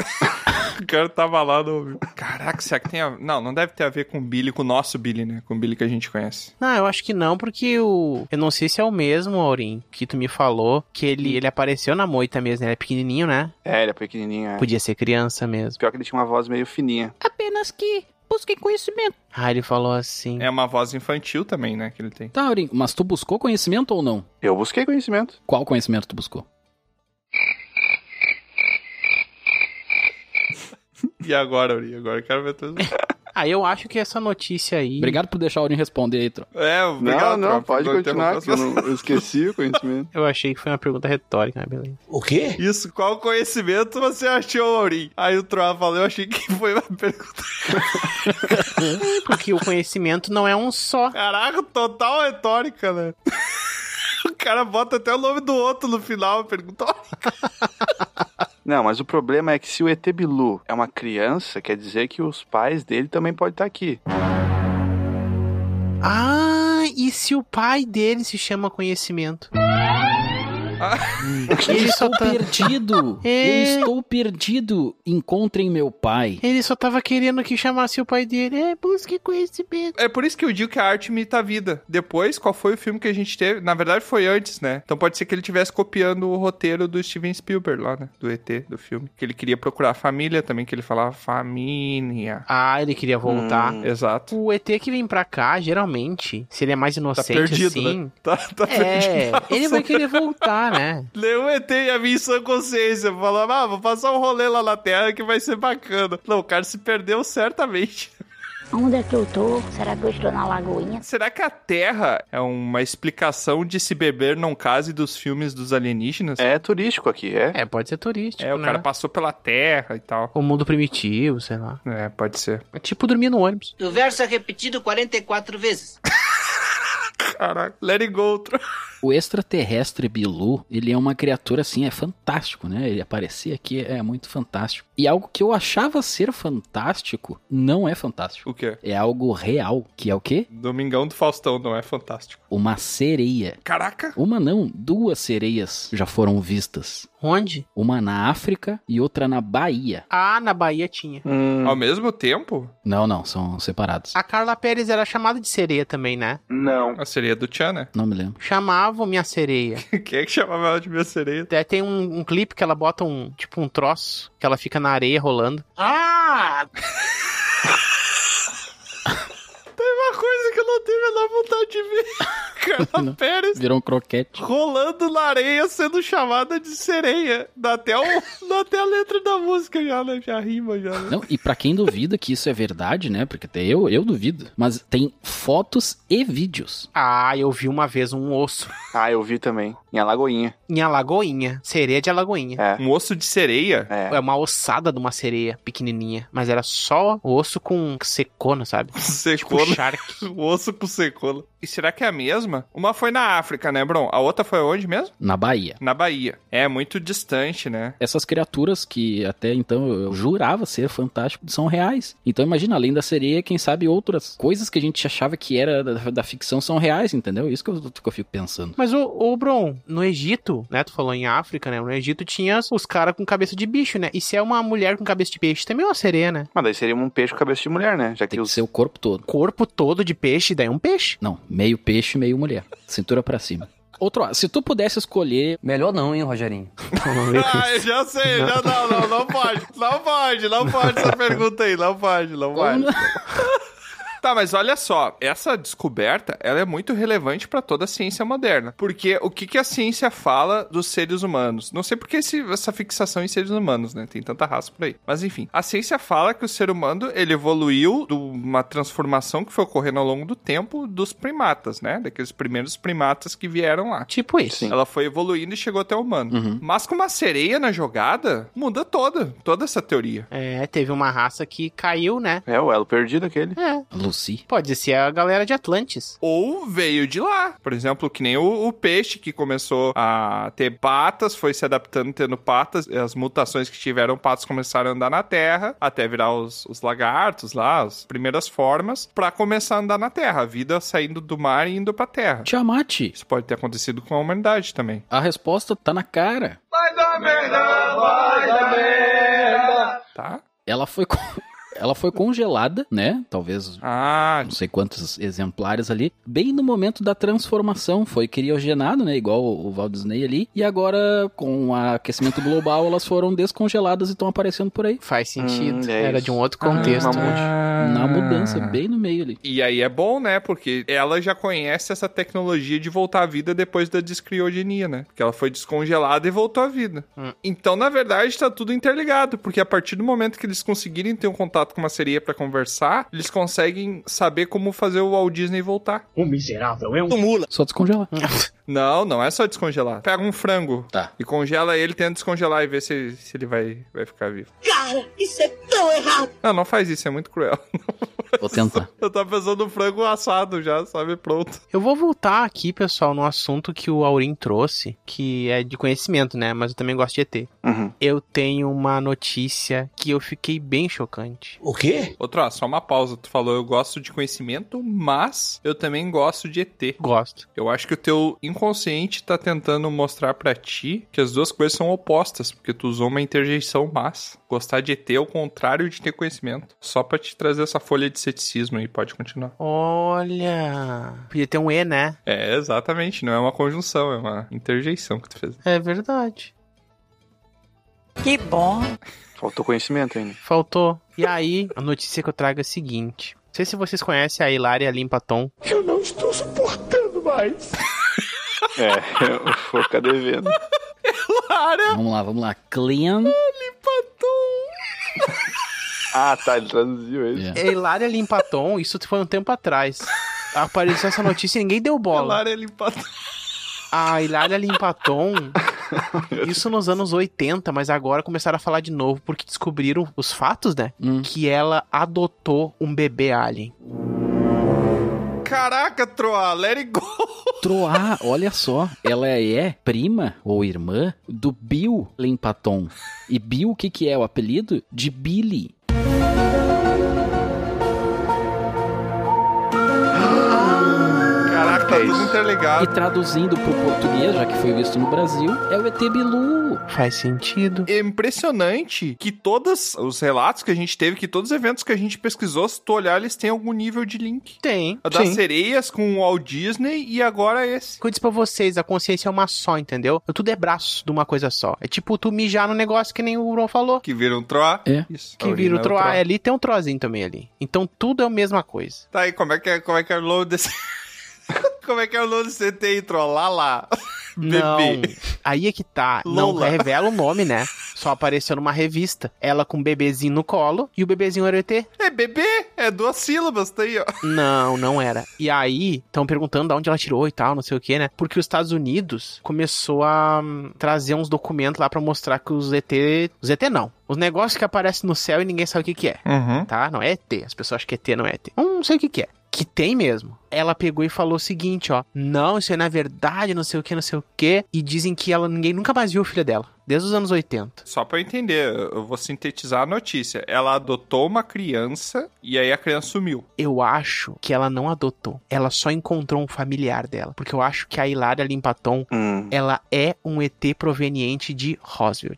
Speaker 1: o cara tava lá no... Caraca, será que tem a... Não, não deve ter a ver com o Billy, com o nosso Billy, né? Com o Billy que a gente conhece.
Speaker 3: Não, eu acho que não, porque o. Eu não sei se é o mesmo, Aurim, que tu me falou, que ele, ele apareceu na moita mesmo, né? Ele é pequenininho, né?
Speaker 11: É, ele é pequenininho. É.
Speaker 3: Podia ser criança mesmo.
Speaker 11: Pior que ele tinha uma voz meio fininha.
Speaker 5: Apenas que busquem conhecimento.
Speaker 3: Ah, ele falou assim.
Speaker 1: É uma voz infantil também, né? Que ele tem.
Speaker 5: Tá, Aurim, mas tu buscou conhecimento ou não?
Speaker 11: Eu busquei conhecimento.
Speaker 5: Qual conhecimento tu buscou?
Speaker 1: E agora, Uri? Agora eu quero ver tudo.
Speaker 3: Ah, eu acho que essa notícia aí.
Speaker 5: Obrigado por deixar o Aurim responder aí, Tro.
Speaker 1: É, obrigado.
Speaker 11: não, não,
Speaker 1: tropa,
Speaker 11: pode
Speaker 1: por
Speaker 11: continuar, que eu,
Speaker 1: interromper as
Speaker 11: não, eu esqueci o conhecimento.
Speaker 3: Eu achei que foi uma pergunta retórica, mas beleza.
Speaker 1: O quê? Isso, qual conhecimento você achou, Aurim? Aí o Troá falou, eu achei que foi uma pergunta.
Speaker 3: Porque o conhecimento não é um só.
Speaker 1: Caraca, total retórica, né? O cara bota até o nome do outro no final, pergunta.
Speaker 11: Não, mas o problema é que se o ET Bilu é uma criança, quer dizer que os pais dele também podem estar aqui.
Speaker 3: Ah, e se o pai dele se chama conhecimento?
Speaker 5: Eu
Speaker 3: Ele só
Speaker 5: estou
Speaker 3: tá-
Speaker 5: perdido.
Speaker 3: É.
Speaker 5: Eu estou perdido. Encontrem meu pai.
Speaker 3: Ele só tava querendo que chamasse o pai dele. É, busque conhecimento.
Speaker 1: É por isso que eu digo que a arte imita a vida. Depois, qual foi o filme que a gente teve? Na verdade, foi antes, né? Então pode ser que ele estivesse copiando o roteiro do Steven Spielberg lá, né? Do ET, do filme. Que ele queria procurar a família também, que ele falava família.
Speaker 3: Ah, ele queria voltar.
Speaker 1: Exato.
Speaker 3: O ET que vem pra cá, geralmente, se ele é mais
Speaker 1: Tá
Speaker 3: inocente
Speaker 1: perdido,
Speaker 3: assim.
Speaker 1: né? Tá, tá
Speaker 3: É,
Speaker 1: perdido.
Speaker 3: ele vai querer voltar, lá, né?
Speaker 1: Eu entrei a minha sã consciência. Falava, ah, vou passar um rolê lá na Terra que vai ser bacana. Não, o cara se perdeu certamente.
Speaker 15: Onde é que eu tô? Será que eu estou na lagoinha?
Speaker 1: Será que a Terra é uma explicação de se beber não case dos filmes dos alienígenas?
Speaker 11: É turístico aqui, é.
Speaker 3: É, pode ser turístico.
Speaker 1: É, o
Speaker 3: né?
Speaker 1: cara passou pela Terra e tal.
Speaker 3: O mundo primitivo, sei lá.
Speaker 1: É, pode ser.
Speaker 3: É tipo dormir no ônibus.
Speaker 14: O verso é repetido 44 vezes.
Speaker 1: Caraca, let it go, tro...
Speaker 5: O extraterrestre Bilu, ele é uma criatura assim, é fantástico, né? Ele aparecer aqui é muito fantástico. E algo que eu achava ser fantástico não é fantástico.
Speaker 1: O quê?
Speaker 5: É algo real, que é o quê?
Speaker 1: Domingão do Faustão não é fantástico.
Speaker 5: Uma sereia.
Speaker 1: Caraca!
Speaker 5: Uma não, duas sereias já foram vistas.
Speaker 3: Onde?
Speaker 5: Uma na África e outra na Bahia.
Speaker 3: Ah, na Bahia tinha.
Speaker 1: Hum. Ao mesmo tempo?
Speaker 5: Não, não, são separados.
Speaker 3: A Carla Pérez era chamada de sereia também, né?
Speaker 11: Não.
Speaker 1: A sereia do Tchan, né?
Speaker 5: Não me lembro.
Speaker 3: Chamavam minha sereia.
Speaker 1: Quem é que chamava ela de minha sereia?
Speaker 3: Até tem um, um clipe que ela bota um, tipo, um troço que ela fica na areia rolando.
Speaker 10: Ah!
Speaker 1: Tem uma coisa é que eu não tenho a menor vontade de ver. Carla
Speaker 5: Não.
Speaker 1: Pérez
Speaker 5: Virou um croquete.
Speaker 1: rolando na areia sendo chamada de sereia. Dá até, o, dá até a letra da música já, né? Já rima já, né?
Speaker 5: Não, e pra quem duvida que isso é verdade, né? Porque até eu, eu duvido. Mas tem fotos e vídeos.
Speaker 3: Ah, eu vi uma vez um osso
Speaker 11: Ah, eu vi também. Em Alagoinha.
Speaker 3: em Alagoinha. Sereia de Alagoinha.
Speaker 11: É.
Speaker 1: Um osso de sereia?
Speaker 11: É.
Speaker 3: É uma ossada de uma sereia pequenininha. Mas era só o osso com secona, sabe? Tipo
Speaker 1: Secola.
Speaker 3: shark.
Speaker 1: O osso com secola. E será que é a mesma? Uma foi na África, né, Bron? A outra foi onde mesmo?
Speaker 5: Na Bahia.
Speaker 1: Na Bahia. É, muito distante, né?
Speaker 5: Essas criaturas que até então eu jurava ser fantástico são reais. Então imagina, além da sereia, quem sabe outras coisas que a gente achava que era da, da ficção são reais, entendeu? É Isso que eu, que eu fico pensando.
Speaker 3: Mas o, o Bron, no Egito, né? Tu falou em África, né? No Egito tinha os caras com cabeça de bicho, né? E se é uma mulher com cabeça de peixe, também é uma sereia, né?
Speaker 11: Mas daí seria um peixe com cabeça de mulher, né? Já que,
Speaker 5: Tem que
Speaker 11: os...
Speaker 5: ser o corpo todo.
Speaker 3: Corpo todo de peixe, daí é um peixe.
Speaker 5: Não, meio peixe, meio mulher. Cintura pra cima. Outro, ó, se tu pudesse escolher,
Speaker 16: Melhor não, hein, Rogerinho?
Speaker 1: Ah, eu já sei, já não, não, não pode. Não pode, não pode essa pergunta aí, não pode, não pode. Tá, mas olha só, essa descoberta, ela é muito relevante pra toda a ciência moderna, porque o que, que a ciência fala dos seres humanos? Não sei por que esse- essa fixação em seres humanos, né? Tem tanta raça por aí. Mas enfim, a ciência fala que o ser humano, ele evoluiu de uma transformação que foi ocorrendo ao longo do tempo dos primatas, né? Daqueles primeiros primatas que vieram lá.
Speaker 3: Tipo isso.
Speaker 11: Sim.
Speaker 1: Ela foi evoluindo e chegou até o humano.
Speaker 5: Uhum.
Speaker 1: Mas com uma sereia na jogada, muda toda, toda essa teoria.
Speaker 3: É, teve uma raça que caiu, né?
Speaker 11: É o elo perdido aquele.
Speaker 3: É.
Speaker 5: Lucy,
Speaker 3: Pode ser a galera de Atlantis.
Speaker 1: Ou veio de lá. Por exemplo, que nem o, o peixe que começou a ter patas, foi se adaptando tendo patas, e as mutações que tiveram patas começaram a andar na terra, até virar os, os lagartos lá, as primeiras formas, pra começar a andar na terra. A vida saindo do mar e indo pra terra.
Speaker 5: Tiamat,
Speaker 1: Isso pode ter acontecido com a humanidade também.
Speaker 5: a resposta tá na cara.
Speaker 1: Tá?
Speaker 5: Ela foi, con- ela foi congelada, né? Talvez
Speaker 1: Ah,
Speaker 5: não sei quantos exemplares ali, bem no momento da transformação, foi criogenado, né, igual o Walt Disney ali, e agora com o aquecimento global elas foram descongeladas e estão aparecendo por aí.
Speaker 3: Faz sentido.
Speaker 11: Hum, é
Speaker 3: Era
Speaker 11: isso.
Speaker 3: de um outro contexto.
Speaker 11: Ah,
Speaker 3: né?
Speaker 5: Na mudança,
Speaker 1: ah.
Speaker 5: bem no meio ali.
Speaker 1: E aí é bom, né? Porque ela já conhece essa tecnologia de voltar à vida depois da descriogenia, né? Porque ela foi descongelada e voltou à vida.
Speaker 3: Hum.
Speaker 1: Então, na verdade, tá tudo interligado, porque a partir do momento que eles conseguirem ter um contato com uma sereia pra conversar, eles conseguem saber como fazer o Walt Disney voltar.
Speaker 10: O miserável é um mula.
Speaker 5: Só descongela.
Speaker 1: Não, não é só descongelar. Pega um frango
Speaker 5: Tá.
Speaker 1: e congela ele, tenta descongelar e ver se, se ele vai, vai ficar vivo.
Speaker 10: Cara, isso é tão errado.
Speaker 1: Não, não faz isso, é muito cruel.
Speaker 5: Vou tentar.
Speaker 1: Eu tava pensando no frango assado já, sabe? Pronto.
Speaker 3: Eu vou voltar aqui, pessoal, no assunto que o Aurim trouxe, que é de conhecimento, né? Mas eu também gosto de ET.
Speaker 11: Uhum.
Speaker 3: Eu tenho uma notícia que eu fiquei bem chocante.
Speaker 10: O quê?
Speaker 1: Outro, ó, só uma pausa. Tu falou, eu gosto de conhecimento, mas eu também gosto de ET.
Speaker 3: Gosto.
Speaker 1: Eu acho que o teu inconsciente tá tentando mostrar pra ti que as duas coisas são opostas, porque tu usou uma interjeição mas. Gostar de ET é o contrário de ter conhecimento. Só pra te trazer essa folha de ceticismo aí, pode continuar.
Speaker 3: Olha. Podia ter um E, né?
Speaker 1: É, exatamente, não é uma conjunção, é uma interjeição que tu fez.
Speaker 3: É verdade.
Speaker 17: Que bom.
Speaker 11: Faltou conhecimento ainda.
Speaker 3: Faltou. E aí, a notícia que eu trago é a seguinte. Não sei se vocês conhecem a Hilária Limpatom.
Speaker 10: Eu não estou suportando mais.
Speaker 11: É, eu vou ficar devendo.
Speaker 1: Lara!
Speaker 5: Vamos lá, vamos lá. Clean.
Speaker 11: Ah, tá, ele traduziu isso.
Speaker 3: É Hilária Limpatom, isso foi um tempo atrás. Apareceu essa notícia e ninguém deu bola.
Speaker 1: Hilária Limpatom.
Speaker 3: A Hilária Limpatom, isso nos anos 80, mas agora começaram a falar de novo porque descobriram os fatos, né? Que ela adotou um bebê alien.
Speaker 1: Caraca, Troa, let it go.
Speaker 5: Troá, olha só, ela é prima ou irmã do Bill Limpaton. E Bill, o que, que é o apelido? De Billy.
Speaker 1: Caraca, tá tudo
Speaker 5: E
Speaker 1: interligado.
Speaker 5: traduzindo pro português, já que foi visto no Brasil, é o ET Bilu.
Speaker 3: Faz sentido.
Speaker 1: É impressionante que todos os relatos que a gente teve, que todos os eventos que a gente pesquisou, se tu olhar, eles têm algum nível de link.
Speaker 3: Tem.
Speaker 1: A das
Speaker 3: sim.
Speaker 1: sereias com o Walt Disney e agora esse.
Speaker 3: Que eu disse pra vocês, a consciência é uma só, entendeu? Tudo é braço de uma coisa só. É tipo tu mijar no negócio que nem o Bruno falou.
Speaker 1: Que viram Troá.
Speaker 5: É.
Speaker 1: Isso.
Speaker 3: Que vira o
Speaker 1: Troá
Speaker 3: troar ali, tem um trozinho também ali. Então tudo é a mesma coisa.
Speaker 1: Tá aí, como é que é, como é, que é o nome desse... como é que é o nome desse ET aí, Troá? Lá, lá.
Speaker 3: Não,
Speaker 1: Bebê.
Speaker 3: aí é que tá.
Speaker 1: Lola.
Speaker 3: Não revela o nome, né? Só apareceu numa revista. Ela com um bebezinho no colo e o bebezinho era o ET?
Speaker 1: É bebê, é duas sílabas, tá aí, ó.
Speaker 3: Não, não era. E aí, estão perguntando de onde ela tirou e tal, não sei o que, né? Porque os Estados Unidos começou a hum, trazer uns documentos lá pra mostrar que os ET. Os ET não. Os negócios que aparecem no céu e ninguém sabe o que, que é.
Speaker 1: Uhum.
Speaker 3: Tá? Não é ET. As pessoas acham que ET não é ET. Eu Não sei o que, que é. Que tem mesmo. Ela pegou e falou o seguinte, ó. Não, isso é na verdade, não sei o que, não sei o que. E dizem que ela ninguém nunca mais viu o filho dela. Desde os anos 80.
Speaker 1: Só pra eu entender, eu vou sintetizar a notícia. Ela adotou uma criança e aí a criança sumiu.
Speaker 3: Eu acho que ela não adotou. Ela só encontrou um familiar dela. Porque eu acho que a Hilária Limpatom,
Speaker 11: Hum.
Speaker 3: ela é um ET proveniente de Roswell.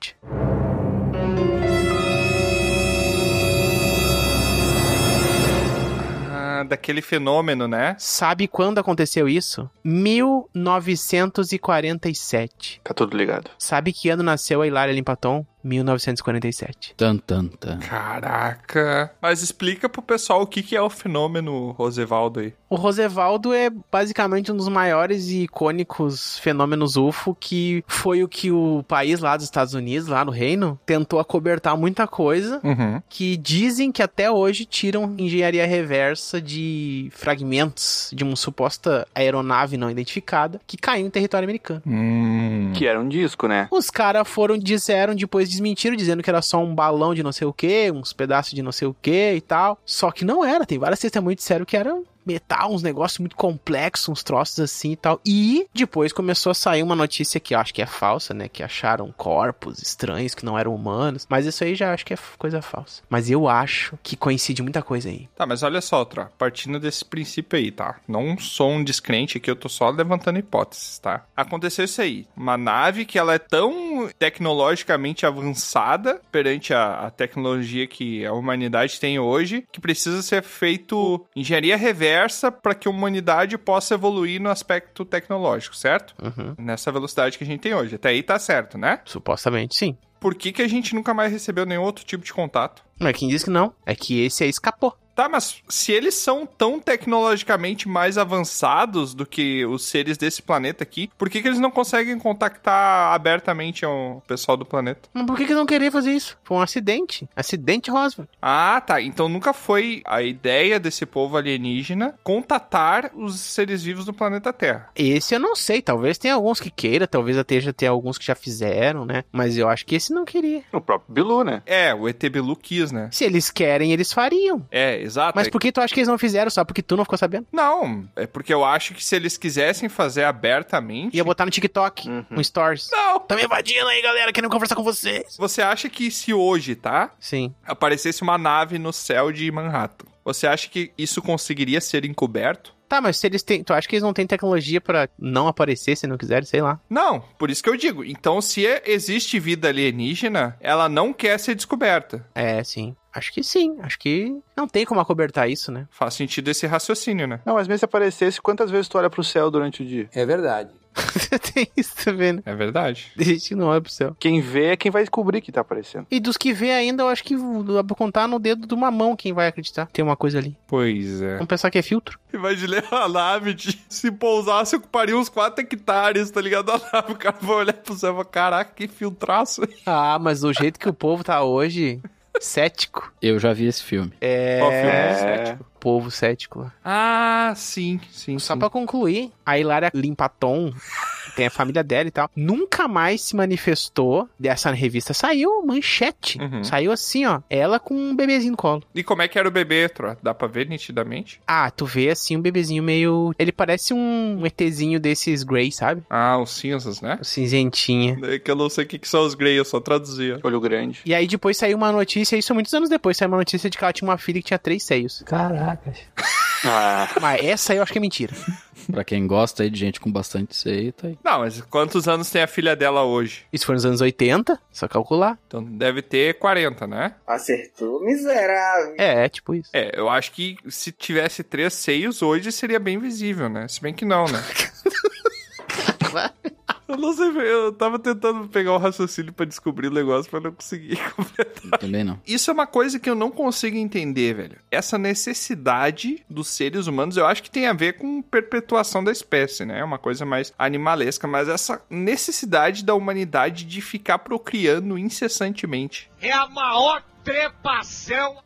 Speaker 1: Ah, daquele fenômeno, né?
Speaker 3: Sabe quando aconteceu isso? 1947.
Speaker 11: Tá tudo ligado.
Speaker 3: Sabe que ano nasceu a Hilária Limpatom? 1947.
Speaker 5: Tan, tan, tan.
Speaker 1: Caraca. Mas explica pro pessoal o que, que é o fenômeno Rosevaldo aí.
Speaker 3: O Rosevaldo é basicamente um dos maiores e icônicos fenômenos UFO que foi o que o país lá dos Estados Unidos, lá no reino, tentou acobertar muita coisa
Speaker 1: Uhum.
Speaker 3: que dizem que até hoje tiram engenharia reversa de fragmentos de uma suposta aeronave não identificada que caiu em território americano.
Speaker 1: Hum.
Speaker 11: Que era um disco, né?
Speaker 3: Os caras foram, disseram, depois desmentiram, dizendo que era só um balão de não sei o que, uns pedaços de não sei o que e tal. Só que não era, tem várias testemunhas que disseram que era metal, uns negócios muito complexos, uns troços assim e tal. E depois começou a sair uma notícia que eu acho que é falsa, né? Que acharam corpos estranhos que não eram humanos. Mas isso aí já acho que é coisa falsa. Mas eu acho que coincide muita coisa aí.
Speaker 1: Tá, mas olha só, Tro, partindo desse princípio aí, tá? Não sou um descrente aqui, eu tô só levantando hipóteses, tá? Aconteceu isso aí. Uma nave que ela é tão tecnologicamente avançada perante a, a tecnologia que a humanidade tem hoje, que precisa ser feito engenharia reversa para que a humanidade possa evoluir no aspecto tecnológico, certo?
Speaker 3: Uhum.
Speaker 1: Nessa velocidade que a gente tem hoje. Até aí tá certo, né?
Speaker 3: Supostamente sim.
Speaker 1: Por que, que a gente nunca mais recebeu nenhum outro tipo de contato?
Speaker 3: Mas quem diz que não? É que esse aí escapou.
Speaker 1: Tá, mas se eles são tão tecnologicamente mais avançados do que os seres desse planeta aqui, por que, que eles não conseguem contactar abertamente o pessoal do planeta?
Speaker 3: Mas por que, que não querer fazer isso? Foi um acidente. Acidente, Roswell.
Speaker 1: Ah, tá. Então nunca foi a ideia desse povo alienígena contatar os seres vivos do planeta Terra.
Speaker 3: Esse eu não sei. Talvez tenha alguns que queira, talvez até já tenha alguns que já fizeram, né? Mas eu acho que esse não queria.
Speaker 11: O próprio Bilu, né?
Speaker 1: É, o ET Bilu quis, né?
Speaker 3: Se eles querem, eles fariam.
Speaker 1: É, exato.
Speaker 3: Mas por que tu acha que eles não fizeram só porque tu não ficou sabendo?
Speaker 1: Não, é porque eu acho que se eles quisessem fazer abertamente...
Speaker 3: Ia botar no TikTok,
Speaker 11: Uhum.
Speaker 3: no Stories.
Speaker 1: Não!
Speaker 3: Tamo tá invadindo aí, galera, querendo conversar com vocês.
Speaker 1: Você acha que se hoje, tá?
Speaker 3: Sim.
Speaker 1: aparecesse uma nave no céu de Manhattan. Você acha que isso conseguiria ser encoberto?
Speaker 3: Tá, mas se eles têm. Tu acha que eles não têm tecnologia pra não aparecer se não quiserem, sei lá.
Speaker 1: Não, por isso que eu digo. Então, se é- existe vida alienígena, ela não quer ser descoberta.
Speaker 3: É, sim. Acho que sim. Acho que não tem como acobertar isso, né?
Speaker 1: Faz sentido esse raciocínio, né?
Speaker 11: Não, mas mesmo se aparecesse, quantas vezes tu olha pro céu durante o dia?
Speaker 9: É verdade.
Speaker 3: Tem isso também, né?
Speaker 1: É verdade.
Speaker 3: A gente não olha pro céu.
Speaker 11: Quem vê é quem vai descobrir que tá aparecendo.
Speaker 3: E dos que vê ainda, eu acho que dá pra contar no dedo de uma mão quem vai acreditar. Tem uma coisa ali.
Speaker 1: Pois é.
Speaker 3: Vamos pensar que é filtro?
Speaker 1: Imaginei a nave, de- se pousasse, ocuparia uns 4 hectares, tá ligado? A nave, o cara vai olhar pro céu e vai, caraca, que filtraço.
Speaker 3: Ah, mas do jeito que o povo tá hoje, cético.
Speaker 5: Eu já vi esse filme.
Speaker 3: É.
Speaker 1: Qual filme é cético?
Speaker 3: Povo cético lá.
Speaker 1: Ah, sim, sim.
Speaker 3: Só pra concluir, a Hilária Limpaton tem a família dela e tal. Nunca mais se manifestou. Dessa revista saiu manchete. Saiu assim, ó. Ela com um bebezinho no colo.
Speaker 1: E como é que era o bebê, Tro? Dá pra ver nitidamente?
Speaker 3: Ah, tu vê assim um bebezinho meio. Ele parece um ETzinho desses Grey, sabe? Um
Speaker 1: Ah, os cinzas, né?
Speaker 3: Cinzentinha.
Speaker 1: É que eu não sei o que, que são os Grey, eu só traduzia.
Speaker 11: Olho grande.
Speaker 3: E aí depois saiu uma notícia, isso muitos anos depois, saiu uma notícia de que ela tinha uma filha que tinha três seios.
Speaker 9: Caracas.
Speaker 11: Ah.
Speaker 3: Mas essa eu acho que é mentira.
Speaker 5: Pra quem gosta aí de gente com bastante seio, tá aí.
Speaker 1: Não, mas quantos anos tem a filha dela hoje?
Speaker 3: Isso foi nos anos 80, só calcular.
Speaker 1: Então deve ter 40, né?
Speaker 10: Acertou, miserável.
Speaker 3: É, é tipo isso.
Speaker 1: É, eu acho que se tivesse três seios hoje seria bem visível, né? Se bem que não, né? eu não sei, eu tava tentando pegar o raciocínio pra descobrir o negócio, mas não consegui.
Speaker 5: Também não.
Speaker 1: Isso é uma coisa que eu não consigo entender, velho. Essa necessidade dos seres humanos, eu acho que tem a ver com perpetuação da espécie, né? É uma coisa mais animalesca, mas essa necessidade da humanidade de ficar procriando incessantemente.
Speaker 10: É a maior trepação.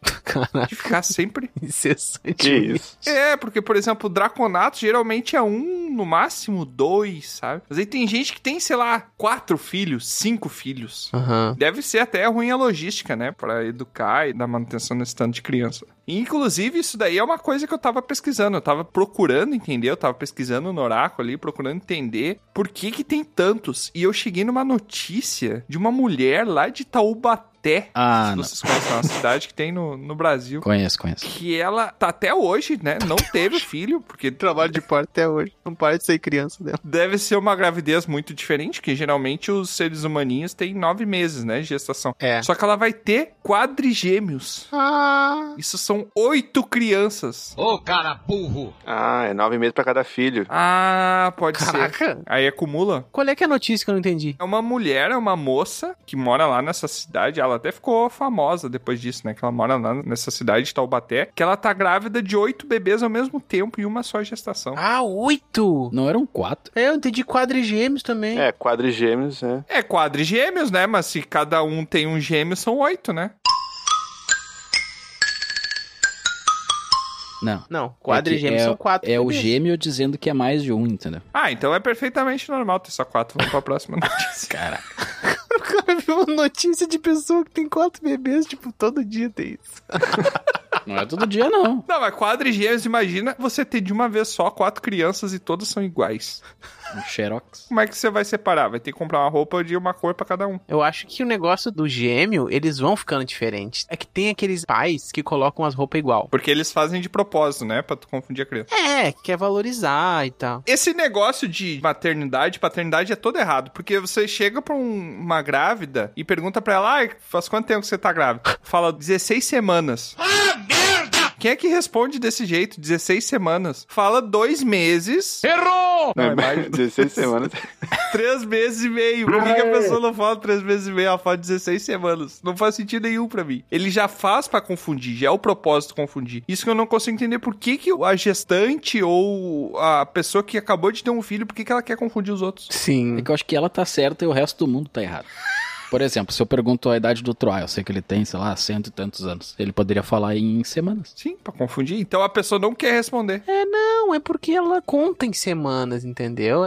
Speaker 1: De ficar sempre.
Speaker 3: Incessante.
Speaker 11: Que isso.
Speaker 1: É, porque, por exemplo, o Draconato geralmente é um, no máximo dois, sabe? Mas aí tem gente que tem, sei lá, quatro filhos, cinco filhos.
Speaker 3: Aham.
Speaker 1: Deve ser até ruim a logística, né? Pra educar e dar manutenção nesse tanto de criança. Inclusive, isso daí é uma coisa que eu tava pesquisando. Eu tava procurando entender, eu tava pesquisando no oráculo ali, procurando entender por que que tem tantos. E eu cheguei numa notícia de uma mulher lá de Taubaté.
Speaker 5: Ah,
Speaker 1: se
Speaker 5: não.
Speaker 1: vocês conhecem, é uma cidade que tem no, no Brasil.
Speaker 5: Conheço, conheço.
Speaker 1: Que ela tá até hoje, né? Não teve filho, porque
Speaker 3: Trabalho de parto até hoje. Não para de ser criança dela.
Speaker 1: deve ser uma gravidez muito diferente, que geralmente os seres humaninhos têm nove meses, né? De gestação.
Speaker 3: É.
Speaker 1: Só que ela vai ter quadrigêmeos.
Speaker 3: Ah.
Speaker 1: Isso são oito crianças.
Speaker 2: Ô, cara burro.
Speaker 11: Ah, é nove meses pra cada filho.
Speaker 1: Ah, pode ser.
Speaker 3: Caraca.
Speaker 1: Aí acumula.
Speaker 3: Qual é que é a notícia que eu não entendi?
Speaker 1: É uma mulher, é uma moça que mora lá nessa cidade. Ela até ficou famosa depois disso, né? Que ela mora lá nessa cidade de Taubaté. Que ela tá grávida de oito bebês ao mesmo tempo e uma só gestação.
Speaker 3: Ah, oito!
Speaker 5: Não eram quatro.
Speaker 3: É, eu entendi quadrigêmeos também.
Speaker 11: É, quadrigêmeos, é.
Speaker 1: É quadrigêmeos, né? Mas se cada um tem um gêmeo, são oito, né?
Speaker 5: Não.
Speaker 3: Não, quadrigêmeos
Speaker 5: É que é-
Speaker 3: são quatro.
Speaker 5: É o
Speaker 3: bebês.
Speaker 5: gêmeo dizendo que é mais de um, entendeu?
Speaker 1: Ah, então é perfeitamente normal ter só quatro. Vamos pra próxima notícia.
Speaker 5: Caraca.
Speaker 3: O cara viu uma notícia de pessoa que tem quatro bebês, tipo, todo dia tem isso.
Speaker 5: Não é todo dia, não.
Speaker 1: Não, mas quadrigêmeos, imagina você ter de uma vez só quatro crianças e todas são iguais.
Speaker 5: Um xerox.
Speaker 1: Como é que você vai separar? Vai ter que comprar uma roupa de uma cor pra cada um.
Speaker 3: Eu acho que o negócio do gêmeo, eles vão ficando diferentes. É que tem aqueles pais que colocam as roupas igual.
Speaker 1: Porque eles fazem de propósito, né? Pra tu confundir a criança.
Speaker 3: É, que quer valorizar e tal.
Speaker 1: Esse negócio de maternidade, paternidade é todo errado. Porque você chega pra um- uma grávida e pergunta pra ela, ah, faz quanto tempo que você tá grávida? Fala 16 semanas. Ah, merda! Quem é que responde desse jeito? 16 semanas. Fala dois meses,
Speaker 2: Errou!
Speaker 1: Não, é mais de
Speaker 11: 16 semanas.
Speaker 1: três meses e meio. Por que, que a pessoa não fala três meses e meio? Ela fala 16 semanas. Não faz sentido nenhum pra mim. Ele já faz pra confundir, já é o propósito confundir. Isso que eu não consigo entender. Por que, que a gestante ou a pessoa que acabou de ter um filho, por que, que ela quer confundir os outros?
Speaker 5: É
Speaker 3: Sim.
Speaker 5: que eu acho que ela tá certa e o resto do mundo tá errado. Por exemplo, se eu pergunto a idade do Troy, eu sei que ele tem, sei lá, cento e tantos anos. Ele poderia falar em semanas.
Speaker 1: Sim, pra confundir. Então a pessoa não quer responder.
Speaker 3: Não, é porque ela conta em semanas, entendeu?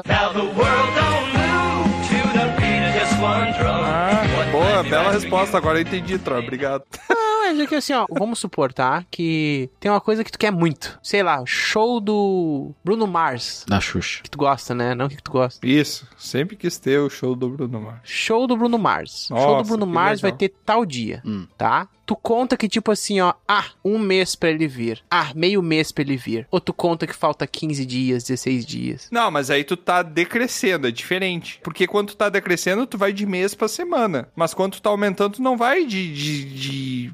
Speaker 1: Ah, boa, bela resposta. Agora eu entendi, Troy. Obrigado.
Speaker 3: Ah, já que assim, ó, vamos suportar que tem uma coisa que tu quer muito. Sei lá, o show do Bruno Mars.
Speaker 5: Da Xuxa.
Speaker 3: Que tu gosta, né? Não que tu gosta.
Speaker 1: Isso, sempre quis ter o show do Bruno Mars.
Speaker 3: Show do Bruno Mars. show do
Speaker 1: Nossa,
Speaker 3: Bruno
Speaker 1: que
Speaker 3: Mars
Speaker 1: legal.
Speaker 3: vai ter tal dia,
Speaker 5: Hum.
Speaker 3: tá? Tu conta que, tipo assim, ó, ah, um mês pra ele vir. Ah, meio mês pra ele vir. Ou tu conta que falta 15 dias, 16 dias.
Speaker 1: Não, mas aí tu tá decrescendo, é diferente. Porque quando tu tá decrescendo, tu vai de mês pra semana. Mas quando tu tá aumentando, tu não vai de. de, de-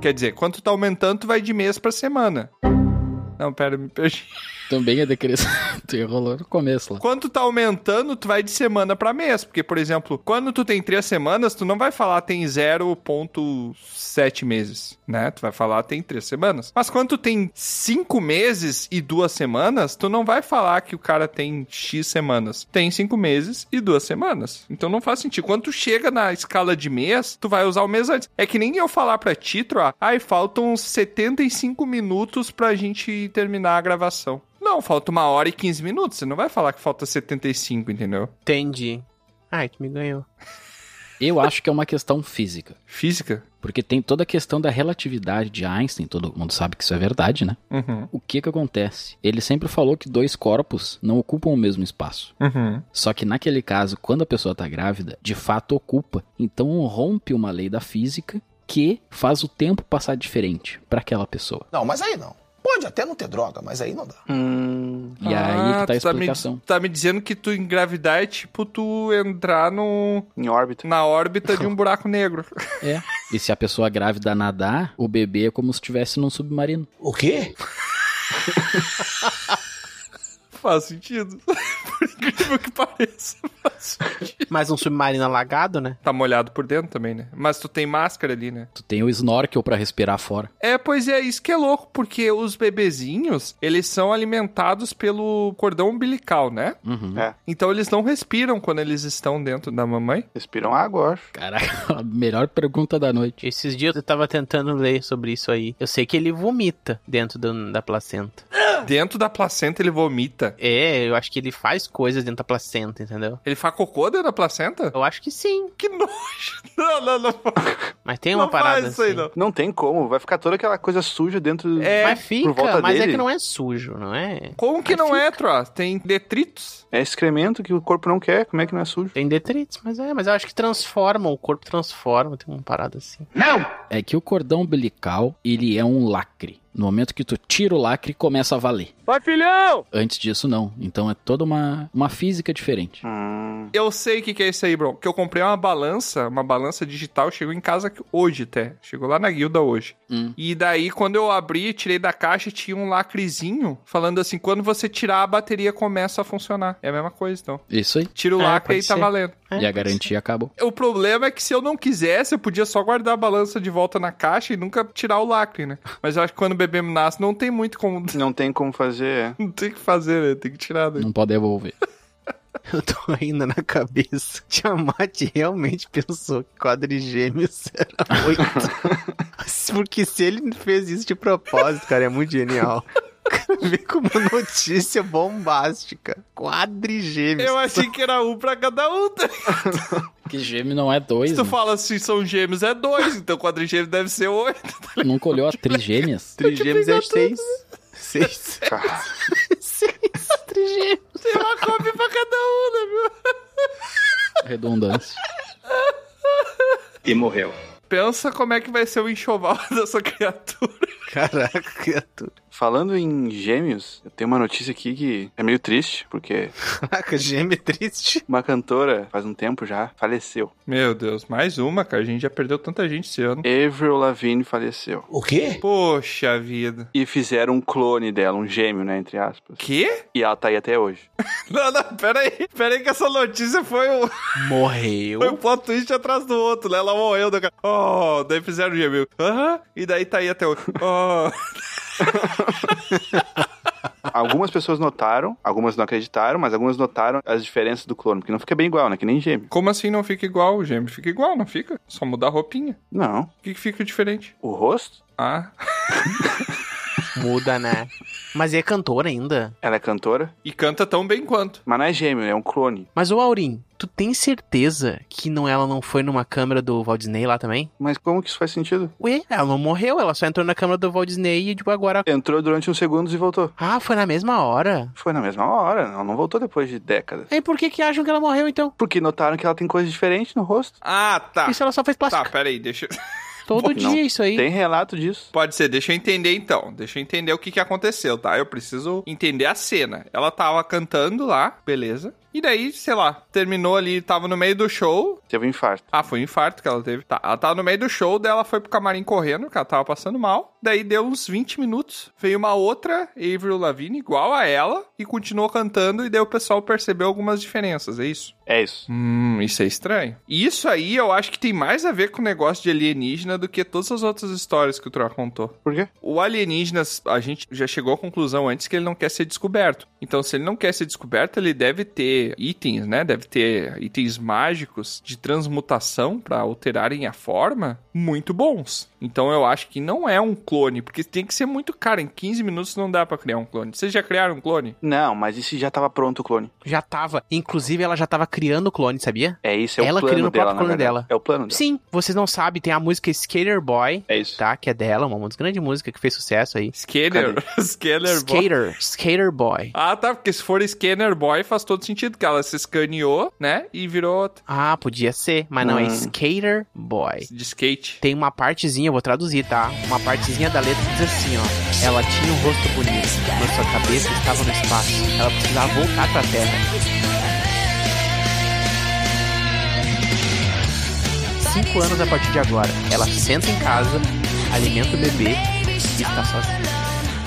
Speaker 1: Quer dizer, quando tu tá aumentando, tu vai de mês pra semana. Não, pera, me perdi.
Speaker 5: Também é decrescente. tu errou logo no começo lá.
Speaker 1: Quando tu tá aumentando, tu vai de semana pra mês. Porque, por exemplo, quando tu tem três semanas, tu não vai falar tem 0.7 meses, né? Tu vai falar tem três semanas. Mas quando tu tem cinco meses e duas semanas, tu não vai falar que o cara tem X semanas. Tem cinco meses e duas semanas. Então não faz sentido. Quando tu chega na escala de mês, tu vai usar o mês antes. É que nem eu falar pra ti, Troa, ai, faltam 75 minutos pra gente terminar a gravação. Não, falta uma hora e 15 minutos. Você não vai falar que falta 75, entendeu?
Speaker 3: Entendi. Ai, tu me ganhou.
Speaker 5: Eu acho que é uma questão física.
Speaker 1: Física?
Speaker 5: Porque tem toda a questão da relatividade de Einstein, todo mundo sabe que isso é verdade, né?
Speaker 1: Uhum.
Speaker 5: O que que acontece? Ele sempre falou que dois corpos não ocupam o mesmo espaço.
Speaker 1: Uhum.
Speaker 5: Só que naquele caso, quando a pessoa tá grávida, de fato ocupa. Então rompe uma lei da física que faz o tempo passar diferente para aquela pessoa.
Speaker 2: Não, mas aí não. Pode até não ter droga, mas aí não dá.
Speaker 5: Hum. E aí que tá a
Speaker 1: tu
Speaker 5: explicação.
Speaker 1: Tá Ah, me, tá me dizendo que tu engravidar é tipo tu entrar no,
Speaker 11: Em órbita.
Speaker 1: na órbita de um buraco negro.
Speaker 5: É. E se a pessoa grávida nadar, o bebê é como se estivesse num submarino.
Speaker 2: O quê?
Speaker 1: faz sentido. Por incrível que pareça, faz sentido.
Speaker 3: Mas um submarino alagado, né?
Speaker 1: Tá molhado por dentro também, né? Mas tu tem máscara ali, né?
Speaker 5: Tu tem o snorkel pra respirar fora.
Speaker 1: É, pois é, isso que é louco, porque os bebezinhos, eles são alimentados pelo cordão umbilical, né?
Speaker 5: Uhum.
Speaker 11: É.
Speaker 1: Então eles não respiram quando eles estão dentro da mamãe.
Speaker 11: Respiram água, eu acho.
Speaker 5: Caraca, a melhor pergunta da noite.
Speaker 3: Esses dias eu tava tentando ler sobre isso aí. Eu sei que ele vomita dentro do- da placenta.
Speaker 1: Dentro da placenta ele vomita.
Speaker 3: É, eu acho que ele faz coisas dentro da placenta, entendeu?
Speaker 1: Ele faz cocô dentro da placenta?
Speaker 3: Eu acho que sim.
Speaker 1: Que nojo! Não, não, não.
Speaker 3: Mas tem
Speaker 1: não
Speaker 3: uma parada
Speaker 1: faz isso
Speaker 3: assim.
Speaker 1: aí, não.
Speaker 11: Não tem como, vai ficar toda aquela coisa suja dentro
Speaker 1: É,
Speaker 3: mas
Speaker 11: por
Speaker 3: fica,
Speaker 11: volta
Speaker 3: mas
Speaker 11: dele.
Speaker 3: é que não é sujo, não é?
Speaker 1: Como que
Speaker 3: Aí
Speaker 1: não
Speaker 3: fica.
Speaker 1: é, Tro? Tem detritos.
Speaker 11: É excremento que o corpo não quer, como é que não é sujo?
Speaker 3: Tem detritos, mas é, mas eu acho que transforma, o corpo transforma, tem uma parada assim.
Speaker 5: É que o cordão umbilical, ele é um lacre. No momento que tu tira o lacre, começa a valer.
Speaker 10: Vai, filhão!
Speaker 5: Antes disso, não. Então é toda uma, uma física diferente.
Speaker 11: Hum,
Speaker 1: Eu sei o que, que é isso aí, bro. Que eu comprei uma balança, uma balança digital, chegou em casa hoje até. Chegou lá na guilda hoje.
Speaker 5: Hum.
Speaker 1: E daí, quando eu abri, tirei da caixa, tinha um lacrezinho falando assim: quando você tirar, a bateria começa a funcionar. É a mesma coisa, então.
Speaker 5: Isso aí.
Speaker 1: Tira o
Speaker 3: É,
Speaker 1: lacre e
Speaker 3: pode
Speaker 1: tá
Speaker 3: ser.
Speaker 1: valendo.
Speaker 3: É,
Speaker 5: e a
Speaker 3: pode ser.
Speaker 5: garantia acabou.
Speaker 1: O problema é que se eu não quisesse, eu podia só guardar a balança de volta na caixa e nunca tirar o lacre, né? Mas eu acho que quando o bebê nasce, não tem muito como.
Speaker 11: não tem como fazer. é.
Speaker 1: Não tem o que fazer, né? Tem que tirar daí.
Speaker 5: Não pode devolver.
Speaker 3: Eu tô ainda na cabeça. Tiamat realmente pensou que quadrigêmeos era oito. Porque se ele fez isso de propósito, cara, é muito genial. Vê como notícia bombástica. Quadrigêmeos.
Speaker 1: Eu achei que era um pra cada um. tá?
Speaker 5: Que gêmeo não é
Speaker 1: Se
Speaker 5: dois.
Speaker 1: tu
Speaker 5: né?
Speaker 1: fala assim, são gêmeos, é dois, então quadrigêmeo deve ser oito.
Speaker 5: Nunca olhou as trigêmeas?
Speaker 3: Trigêmeos é seis. Seis.
Speaker 11: Cara,
Speaker 3: Seis trigêmeos.
Speaker 1: Tem uma cópia pra cada um, né, meu?
Speaker 5: Redundância.
Speaker 4: E morreu.
Speaker 1: Pensa como é que vai ser o enxoval dessa criatura.
Speaker 3: Caraca, criatura.
Speaker 11: falando em gêmeos, eu tenho uma notícia aqui que é meio triste, porque
Speaker 3: Caraca, gêmeo é triste.
Speaker 11: uma cantora, faz um tempo já, faleceu.
Speaker 1: Meu Deus, mais uma, cara. A gente já perdeu tanta gente esse ano.
Speaker 11: Avril Lavigne faleceu.
Speaker 2: O quê?
Speaker 1: Poxa vida.
Speaker 11: E fizeram um clone dela, um gêmeo, né, entre aspas.
Speaker 1: Quê?
Speaker 11: E ela tá aí até hoje.
Speaker 1: Não, não, pera aí. Pera aí que essa notícia foi um, foi um
Speaker 3: Morreu.
Speaker 1: plot twist atrás do outro, né? Ela morreu, né, cara? Oh, daí fizeram o gêmeo. Aham. E daí tá aí até hoje. Oh.
Speaker 11: Algumas pessoas notaram, algumas não acreditaram, mas algumas notaram as diferenças do clone, porque não fica bem igual, né, que nem gêmeo.
Speaker 1: Como assim não fica igual o gêmeo? Fica igual, não fica? Só mudar a roupinha.
Speaker 11: Não.
Speaker 1: O que, que fica diferente?
Speaker 11: O rosto?
Speaker 1: Ah.
Speaker 3: Muda, né? Mas é cantora ainda.
Speaker 11: Ela é cantora,
Speaker 1: E canta tão bem quanto.
Speaker 11: mas não é gêmeo, é um clone.
Speaker 3: Mas, ô Aurim, tu tem certeza que não, ela não foi numa câmera do Walt Disney lá também?
Speaker 11: Mas como que isso faz sentido?
Speaker 3: Ué, ela não morreu, ela só entrou na câmera do Walt Disney e, tipo, agora...
Speaker 11: Entrou durante uns segundos e voltou.
Speaker 3: Ah, foi na mesma hora.
Speaker 11: Foi na mesma hora, ela não voltou depois de décadas.
Speaker 3: E por que que acham que ela morreu, então?
Speaker 11: Porque notaram que ela tem coisa diferente no rosto.
Speaker 1: Ah, tá.
Speaker 3: Isso é um ela só fez
Speaker 1: Tá,
Speaker 3: plástica.
Speaker 1: pera aí, deixa.
Speaker 3: Todo
Speaker 11: Não.
Speaker 3: dia isso aí.
Speaker 11: Tem relato disso.
Speaker 1: Pode ser, deixa eu entender então. Deixa eu entender o que, que aconteceu, tá? Eu preciso entender a cena. Ela tava cantando lá, beleza. E daí, sei lá, terminou ali, tava no meio do show.
Speaker 11: Teve um infarto.
Speaker 1: Ah, foi um infarto que ela teve. Tá, ela tava no meio do show, daí ela foi pro camarim correndo, que ela tava passando mal. Daí deu uns 20 minutos, veio uma outra Avril Lavigne igual a ela e continuou cantando e daí o pessoal percebeu algumas diferenças, é isso?
Speaker 11: É isso.
Speaker 1: Hum, isso é estranho. E isso aí eu acho que tem mais a ver com o negócio de alienígena do que todas as outras histórias que o Troa contou.
Speaker 11: Por quê?
Speaker 1: O alienígena, a gente já chegou à conclusão antes que ele não quer ser descoberto. Então, se ele não quer ser descoberto, ele deve ter itens, né? Deve ter itens mágicos de transmutação para alterarem a forma muito bons. Então, eu acho que não é um clone, porque tem que ser muito caro. Em 15 minutos não dá para criar um clone. Vocês já criaram um clone?
Speaker 11: Não, mas e se já tava pronto o clone?
Speaker 3: Já tava. Inclusive, ela já tava criando o clone, sabia?
Speaker 11: É isso, é
Speaker 3: ela
Speaker 11: o plano
Speaker 3: criando o
Speaker 11: dela,
Speaker 3: próprio clone
Speaker 11: na verdade.
Speaker 3: dela.
Speaker 11: É o plano dela.
Speaker 3: Sim, vocês não sabem, tem a música Skater Boy.
Speaker 11: É isso.
Speaker 3: Tá, que é dela, uma música- grande música que fez sucesso aí.
Speaker 1: Scanner. Scanner boy.
Speaker 3: Skater, Skater Boy.
Speaker 1: Ah, tá, porque se for Scanner Boy faz todo sentido, que ela se escaneou, né? E virou outra.
Speaker 3: Ah, podia ser, mas não, é
Speaker 1: Hum.
Speaker 3: Skater Boy.
Speaker 1: De skate.
Speaker 3: Tem uma partezinha, eu vou traduzir, tá? Uma partezinha da letra que diz assim, ó. Ela tinha um rosto bonito, mas sua cabeça estava no espaço. Ela precisava voltar pra Terra. Cinco anos a partir de agora. Ela senta em casa, alimenta o bebê e está sozinha.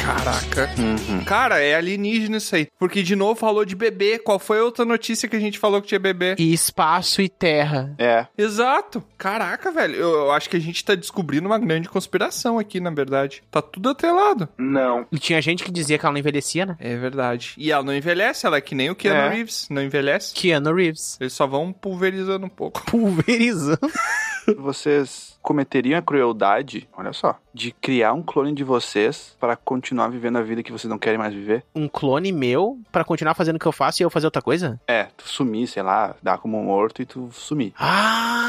Speaker 1: Caraca.
Speaker 11: Uhum.
Speaker 1: Cara, é alienígena isso aí. Porque de novo falou de bebê. Qual foi a outra notícia que a gente falou que tinha bebê?
Speaker 3: E espaço e terra.
Speaker 11: É.
Speaker 1: Exato. Caraca, velho. Eu, eu acho que a gente tá descobrindo uma grande conspiração aqui, na verdade. Tá tudo atrelado.
Speaker 11: Não.
Speaker 3: E tinha gente que dizia que ela não envelhecia, né?
Speaker 1: É verdade. E ela não envelhece, ela é que nem o Keanu
Speaker 3: É.
Speaker 1: Reeves. Não envelhece.
Speaker 3: Keanu Reeves.
Speaker 1: Eles só vão pulverizando um pouco.
Speaker 3: Pulverizando.
Speaker 11: Vocês cometeriam a crueldade, olha só, de criar um clone de vocês para continuar vivendo a vida que vocês não querem mais viver?
Speaker 3: Um clone meu pra continuar fazendo o que eu faço e eu fazer outra coisa?
Speaker 11: É, tu sumir, sei lá, dar como morto e tu sumir.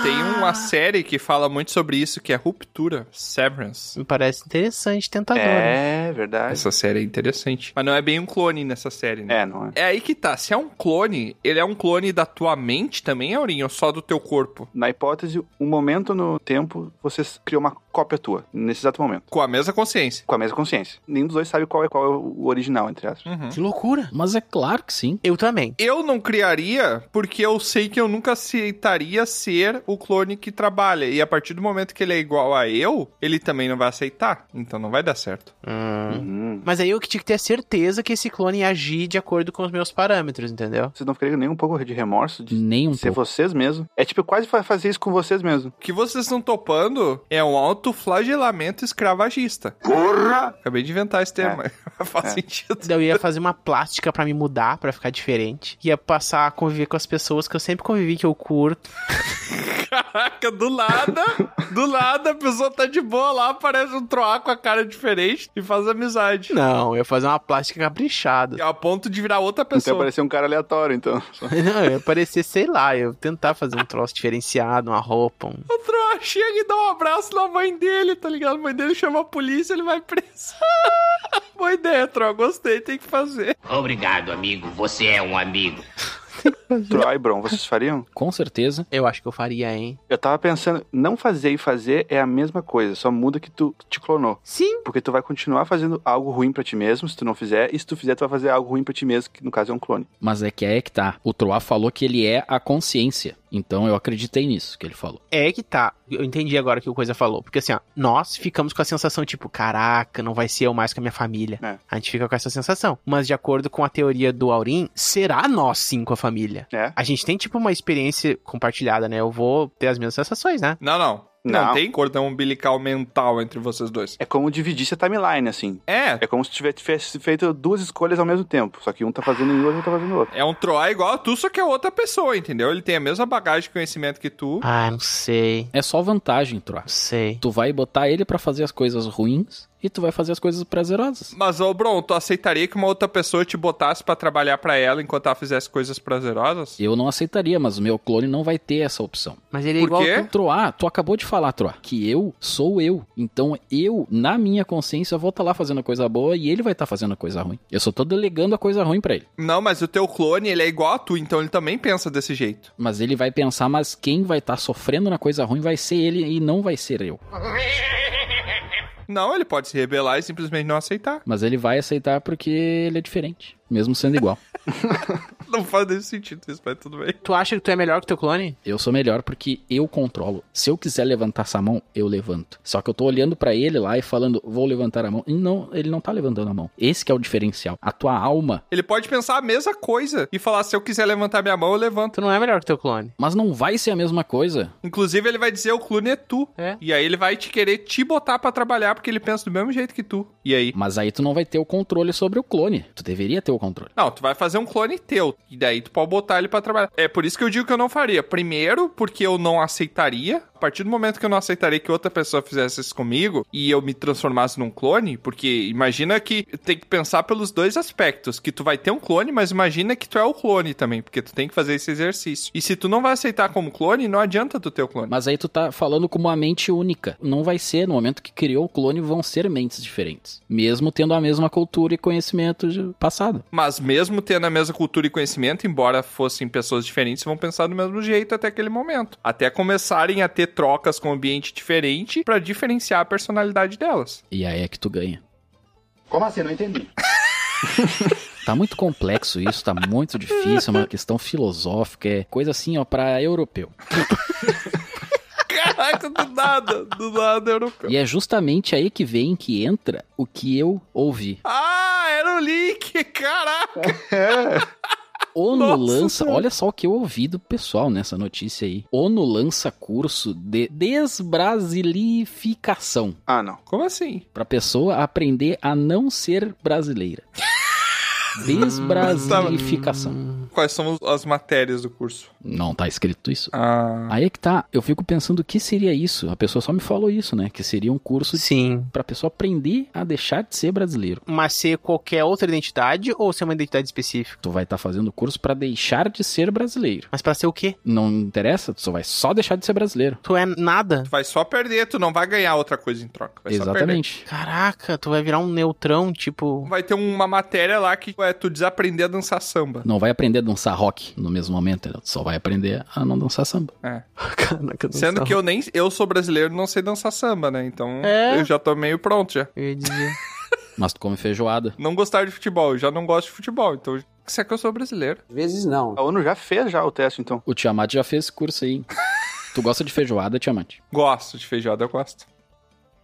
Speaker 1: Tem um uma série que fala muito sobre isso, que é Ruptura, Severance.
Speaker 3: Me parece interessante, tentador.
Speaker 11: É, verdade.
Speaker 1: Essa série é interessante. Mas não é bem um clone nessa série, né?
Speaker 11: É, não é?
Speaker 1: É aí que tá. Se é um clone, ele é um clone da tua mente também, Aurinho, ou só do teu corpo?
Speaker 11: Na hipótese, um momento no tempo, você criou uma cópia tua, nesse exato momento.
Speaker 1: Com a mesma consciência.
Speaker 11: Com a mesma consciência. Nenhum dos dois sabe qual é qual é o original, entre aspas.
Speaker 3: Que loucura.
Speaker 5: Mas é claro que sim.
Speaker 3: Eu também.
Speaker 1: Eu não criaria porque eu sei que eu nunca aceitaria ser o clone que trabalha. E a partir do momento que ele é igual a eu, ele também não vai aceitar. Então não vai dar certo.
Speaker 3: Hum.
Speaker 11: Uhum.
Speaker 3: Mas aí eu que tinha que ter certeza que esse clone ia agir de acordo com os meus parâmetros, entendeu?
Speaker 11: Vocês não ficariam nem um pouco de remorso de
Speaker 5: Nem um
Speaker 11: ser
Speaker 5: pouco.
Speaker 11: vocês mesmos? É tipo quase fa- fazer isso com vocês mesmos.
Speaker 1: O que vocês estão topando é um autoflagelamento escravagista.
Speaker 7: Porra!
Speaker 1: Acabei de inventar esse termo. mas Faz sentido.
Speaker 3: Daí Eu ia fazer uma plástica pra me mudar, pra ficar diferente. Ia passar a conviver com as pessoas que eu sempre convivi, que eu curto.
Speaker 1: Caraca, do nada, do nada a pessoa tá de boa lá, aparece um troar com a cara diferente e faz amizade.
Speaker 3: Não, eu ia fazer uma plástica caprichada.
Speaker 1: E a ponto de virar outra
Speaker 11: Então
Speaker 1: pessoa.
Speaker 11: parecer um cara aleatório, então.
Speaker 3: Não, eu ia parecer, sei lá, eu ia tentar fazer um troço diferenciado, uma roupa, um...
Speaker 1: O troar chega e dá um abraço na mãe dele, tá ligado? A mãe dele chama a polícia, ele vai preso. Boa ideia, troar, gostei, tem que fazer.
Speaker 16: Obrigado, amigo. Você é um amigo.
Speaker 11: Troy, Bron, vocês fariam?
Speaker 5: Com certeza.
Speaker 3: Eu acho que eu faria, hein?
Speaker 11: Eu tava pensando, não fazer e fazer é a mesma coisa, só muda que tu te clonou.
Speaker 3: Sim.
Speaker 11: Porque tu vai continuar fazendo algo ruim pra ti mesmo, se tu não fizer, e se tu fizer, tu vai fazer algo ruim pra ti mesmo, que no caso é um clone.
Speaker 5: Mas é que é que tá. O Troá falou que ele é a consciência. Então eu acreditei nisso que ele falou.
Speaker 3: É que tá. Eu entendi agora o que o Coisa falou. Porque assim, ó, nós ficamos com a sensação tipo, caraca, não vai ser eu mais que a minha família.
Speaker 11: É.
Speaker 3: A gente fica com essa sensação. Mas de acordo com a teoria do Aurim, será nós sim com a família?
Speaker 11: É.
Speaker 3: A gente tem tipo uma experiência compartilhada, né? Eu vou ter as mesmas sensações, né?
Speaker 1: Não, não. Não,
Speaker 11: Não.
Speaker 1: tem cordão umbilical mental entre vocês dois.
Speaker 11: É como dividir essa timeline, assim.
Speaker 1: É,
Speaker 11: É como se tivesse feito duas escolhas ao mesmo tempo, só que um tá fazendo um e o outro tá fazendo outro.
Speaker 1: é um troar igual a tu, só que é outra pessoa, entendeu? Ele tem a mesma bagagem de conhecimento que tu.
Speaker 3: Ah, não sei.
Speaker 5: É só vantagem, Troá.
Speaker 3: Não sei.
Speaker 5: Tu vai botar ele pra fazer as coisas ruins e tu vai fazer as coisas prazerosas.
Speaker 1: Mas, ô, Bron, tu aceitaria que uma outra pessoa te botasse pra trabalhar pra ela enquanto ela fizesse coisas prazerosas?
Speaker 5: Eu não aceitaria, mas o meu clone não vai ter essa opção.
Speaker 3: Mas ele é
Speaker 1: Por
Speaker 3: igual.
Speaker 1: quê?
Speaker 3: tu.
Speaker 5: Troá, tu acabou de falar, Troá, que eu sou eu. Então eu, na minha consciência, vou estar lá fazendo a coisa boa e ele vai estar fazendo a coisa ruim. Eu só tô delegando a coisa ruim pra ele.
Speaker 1: Não, mas o teu clone, ele é igual a tu, então ele também pensa desse jeito.
Speaker 5: Mas ele vai pensar, mas quem vai estar sofrendo na coisa ruim vai ser ele e não vai ser eu.
Speaker 1: Não, ele pode se rebelar e simplesmente não aceitar.
Speaker 5: Mas ele vai aceitar porque ele é diferente, mesmo sendo igual.
Speaker 1: Não faz nenhum sentido isso, mas tudo bem.
Speaker 3: Tu acha que tu é melhor que teu clone?
Speaker 5: Eu sou melhor porque eu controlo. Se eu quiser levantar essa mão, eu levanto. Só que eu tô olhando pra ele lá e falando, vou levantar a mão. E não, ele não tá levantando a mão. Esse que é o diferencial. A tua alma.
Speaker 1: Ele pode pensar a mesma coisa e falar, se eu quiser levantar minha mão, eu levanto.
Speaker 3: Tu não é melhor que teu clone.
Speaker 5: Mas não vai ser a mesma coisa.
Speaker 1: Inclusive, ele vai dizer, o clone é tu.
Speaker 3: É.
Speaker 1: E aí ele vai te querer te botar pra trabalhar porque ele pensa do mesmo jeito que tu. E aí?
Speaker 5: Mas aí tu não vai ter o controle sobre o clone. Tu deveria ter o controle.
Speaker 1: Não, tu vai fazer um clone teu. E daí tu pode botar ele pra trabalhar. É por isso que eu digo que eu não faria. Primeiro, porque eu não aceitaria. A partir do momento que eu não aceitaria que outra pessoa fizesse isso comigo e eu me transformasse num clone, porque imagina que tem que pensar pelos dois aspectos. Que tu vai ter um clone, mas imagina que tu é o clone também, porque tu tem que fazer esse exercício. E se tu não vai aceitar como clone, não adianta tu ter o clone.
Speaker 5: Mas aí tu tá falando com uma mente única. Não vai ser, no momento que criou o clone, vão ser mentes diferentes. Mesmo tendo a mesma cultura e conhecimento de passado.
Speaker 1: Mas mesmo tendo a mesma cultura e conhecimento, embora fossem pessoas diferentes, vão pensar do mesmo jeito até aquele momento. Até começarem a ter trocas com um ambiente diferente para diferenciar a personalidade delas.
Speaker 5: E aí é que tu ganha.
Speaker 7: Como assim? Não entendi.
Speaker 5: Tá muito complexo isso, tá muito difícil, é uma questão filosófica, é coisa assim, ó, pra europeu.
Speaker 1: Caraca, do nada, do nada europeu.
Speaker 5: E é justamente aí que vem, que entra o que eu ouvi.
Speaker 1: Ah, era o link, caraca!
Speaker 5: ONU
Speaker 1: Nossa
Speaker 5: lança,
Speaker 1: Senhora.
Speaker 5: olha só o que eu ouvi do pessoal nessa notícia aí. ONU lança curso de desbrasilificação
Speaker 11: Ah, não.
Speaker 1: Como assim?
Speaker 5: pra pessoa aprender a não ser brasileira.
Speaker 1: Tá
Speaker 5: Desbrasilificação.
Speaker 1: Quais são os- as matérias do curso?
Speaker 5: Não tá escrito isso?
Speaker 1: Ah,
Speaker 5: Aí é que tá, eu fico pensando o que seria isso. A pessoa só me falou isso, né? Que seria um curso de-
Speaker 3: Sim.
Speaker 5: pra pessoa aprender a deixar de ser brasileiro.
Speaker 3: Mas ser qualquer outra identidade ou ser uma identidade específica?
Speaker 5: Tu vai estar fazendo curso pra deixar de ser brasileiro.
Speaker 3: Mas pra ser o quê?
Speaker 5: Não interessa, tu só vai só deixar de ser brasileiro.
Speaker 3: Tu é nada?
Speaker 1: tu vai só perder, tu não vai ganhar outra coisa em troca. Vai Só perder.
Speaker 5: Exatamente.
Speaker 3: Caraca, tu vai virar um neutrão, tipo.
Speaker 1: Vai ter uma matéria lá que é tu desaprender a dançar samba.
Speaker 5: Não vai aprender a dançar rock no mesmo momento, entendeu? Tu só vai aprender a não dançar samba.
Speaker 1: É.
Speaker 3: Caraca,
Speaker 1: Sendo que eu nem. Eu sou brasileiro e não sei dançar samba, né? Então
Speaker 3: É.
Speaker 1: eu já tô meio pronto já.
Speaker 3: Eu ia dizer.
Speaker 5: Mas tu come feijoada.
Speaker 1: Não gostar de futebol, eu já não gosto de futebol, então. Se é que eu sou brasileiro.
Speaker 9: Às vezes não.
Speaker 11: A ONU já fez já o teste, então.
Speaker 5: O Tiamat já fez esse curso aí. hein? tu gosta de feijoada, Tiamat?
Speaker 1: Gosto de feijoada, eu gosto.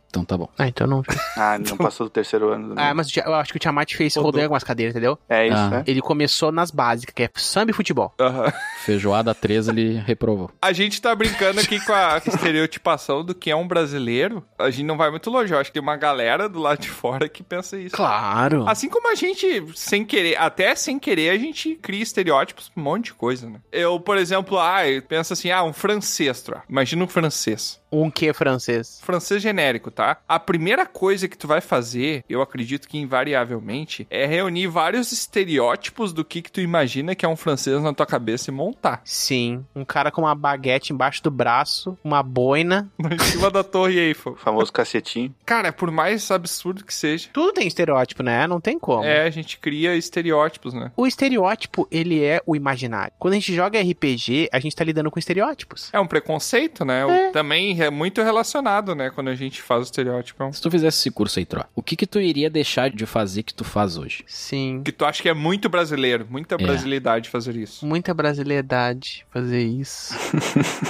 Speaker 5: Então tá bom.
Speaker 3: Ah, então não.
Speaker 11: Ah, não passou do terceiro ano. né?
Speaker 3: Ah, mas o Tia- eu acho que o Tiamat fez
Speaker 1: Rodou.
Speaker 3: rodando algumas cadeiras, entendeu?
Speaker 11: É isso,
Speaker 5: Ah.
Speaker 11: né?
Speaker 3: Ele começou nas básicas, que é samba e futebol.
Speaker 1: Aham.
Speaker 5: Feijoada 13 ele reprovou.
Speaker 1: A gente tá brincando aqui com a estereotipação do que é um brasileiro. A gente não vai muito longe. Eu acho que tem uma galera do lado de fora que pensa isso.
Speaker 3: Claro.
Speaker 1: Assim como a gente, sem querer, até sem querer, a gente cria estereótipos pra um monte de coisa, né? Eu, por exemplo, ah, eu penso assim, ah, um francês, tá? imagina um francês.
Speaker 3: Um que francês.
Speaker 1: Francês genérico, tá? A primeira coisa que tu vai fazer, eu acredito que invariavelmente, é reunir vários estereótipos do que que tu imagina que é um francês na tua cabeça e montar.
Speaker 3: Sim. Um cara com uma baguete embaixo do braço, uma boina.
Speaker 1: Em cima da torre Eiffel.
Speaker 11: O famoso cacetinho.
Speaker 1: Cara, por mais absurdo que seja,
Speaker 3: Tudo tem estereótipo, né? Não tem como.
Speaker 1: é, a gente cria estereótipos, né?
Speaker 3: O estereótipo, ele é o imaginário. Quando a gente joga RPG, a gente tá lidando com estereótipos.
Speaker 1: É um preconceito, né? O- Também é muito relacionado, né? Quando a gente faz o estereótipo. é um-
Speaker 5: Se tu fizesse esse curso aí, Tro, o que que tu iria deixar de fazer que tu faz hoje?
Speaker 3: Sim.
Speaker 1: Que tu acha que é muito brasileiro, muita brasilidade fazer isso.
Speaker 3: Muita brasileidade fazer isso.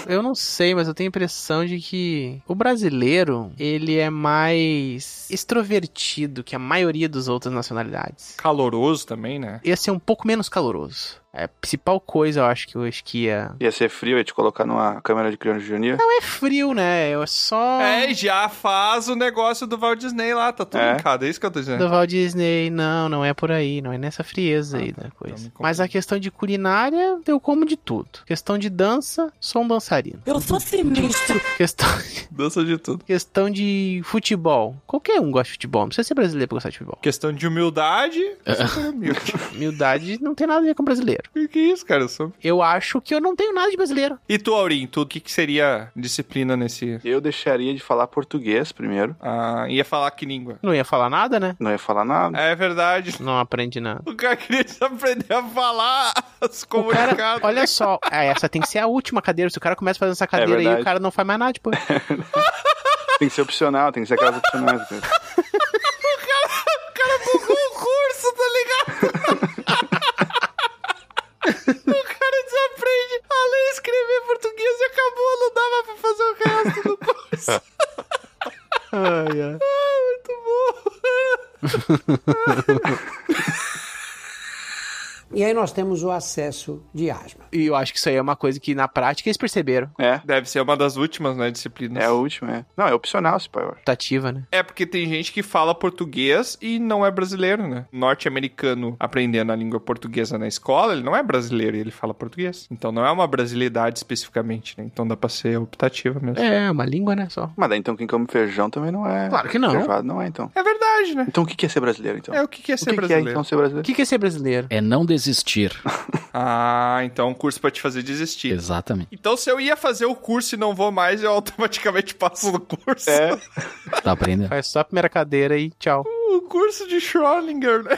Speaker 3: eu não sei, mas eu tenho a impressão de que o brasileiro, ele é mais extrovertido que a maioria das outras nacionalidades.
Speaker 1: Caloroso também, né?
Speaker 3: Ia ser um pouco menos caloroso. É a principal coisa, eu acho que eu acho que ia...
Speaker 11: Ia ser frio, ia te colocar numa câmera de criogenia.
Speaker 3: Não é frio, né? É só...
Speaker 1: É, já faz o negócio do Walt Disney lá, tá tudo
Speaker 11: É.
Speaker 1: em cada, é isso que eu tô dizendo.
Speaker 3: do Walt Disney. Não, não é por aí, não é nessa frieza aí da
Speaker 1: então me
Speaker 3: coisa.
Speaker 1: confundi.
Speaker 3: Mas a questão de culinária, eu como de tudo. Questão de dança, sou um dançarino.
Speaker 17: Eu sou sinistro.
Speaker 3: Questão,
Speaker 1: Dança de tudo.
Speaker 3: questão de futebol, qualquer um gosta de futebol, não precisa ser brasileiro pra gostar de futebol.
Speaker 1: Questão de humildade, super humilde.
Speaker 3: Humildade não tem nada a ver com brasileiro.
Speaker 1: que, que é isso, cara? Eu sou-
Speaker 3: Eu acho que eu não tenho nada de brasileiro.
Speaker 1: E tu, Aurim, tu, o que, que seria disciplina nesse...
Speaker 11: Eu deixaria de falar português primeiro.
Speaker 1: Ah, ia falar que língua?
Speaker 3: Não ia falar nada, né?
Speaker 11: Não ia falar nada.
Speaker 1: É verdade.
Speaker 3: Não aprende nada.
Speaker 1: O cara queria aprender a falar, a se
Speaker 3: O
Speaker 1: comunicar.
Speaker 3: cara, olha só, é, essa tem que ser a última cadeira. Se o cara começa fazendo essa
Speaker 11: É
Speaker 3: cadeira aí,
Speaker 11: verdade.
Speaker 3: o cara não faz mais nada depois.
Speaker 11: Tem que ser opcional, tem que ser aquelas opcionais. né?
Speaker 1: O cara bugou o curso, tá ligado? Ah,
Speaker 9: E aí nós temos o acesso de asma.
Speaker 3: E eu acho que isso aí é uma coisa que na prática eles perceberam.
Speaker 11: É.
Speaker 1: Deve ser uma das últimas, né, disciplinas.
Speaker 11: É a última, é. Não, é opcional esse pai, eu acho.
Speaker 3: Optativa, né?
Speaker 1: É porque tem gente que fala português e não é brasileiro, né? Norte-americano aprendendo a língua portuguesa na escola, ele não é brasileiro e ele fala português. Então não é uma brasilidade especificamente, né? Então dá pra ser optativa mesmo.
Speaker 3: É, uma língua, né, só.
Speaker 11: Mas daí então quem come feijão também não é.
Speaker 3: Claro que não.
Speaker 11: Feijoada não é, então.
Speaker 1: É verdade, né?
Speaker 11: Então o que que é ser brasileiro, então?
Speaker 1: É o que que é
Speaker 11: O
Speaker 1: ser
Speaker 11: que que é,
Speaker 1: brasileiro.
Speaker 11: então, ser brasileiro?
Speaker 3: O que que é ser brasileiro?
Speaker 5: É não desistir.
Speaker 1: Ah, então um curso pra te fazer desistir.
Speaker 5: Exatamente.
Speaker 1: Então se eu ia fazer o curso e não vou mais, eu automaticamente passo no curso.
Speaker 11: É.
Speaker 5: Tá aprendendo.
Speaker 3: É só a primeira cadeira e tchau.
Speaker 1: O curso de Schrödinger, né?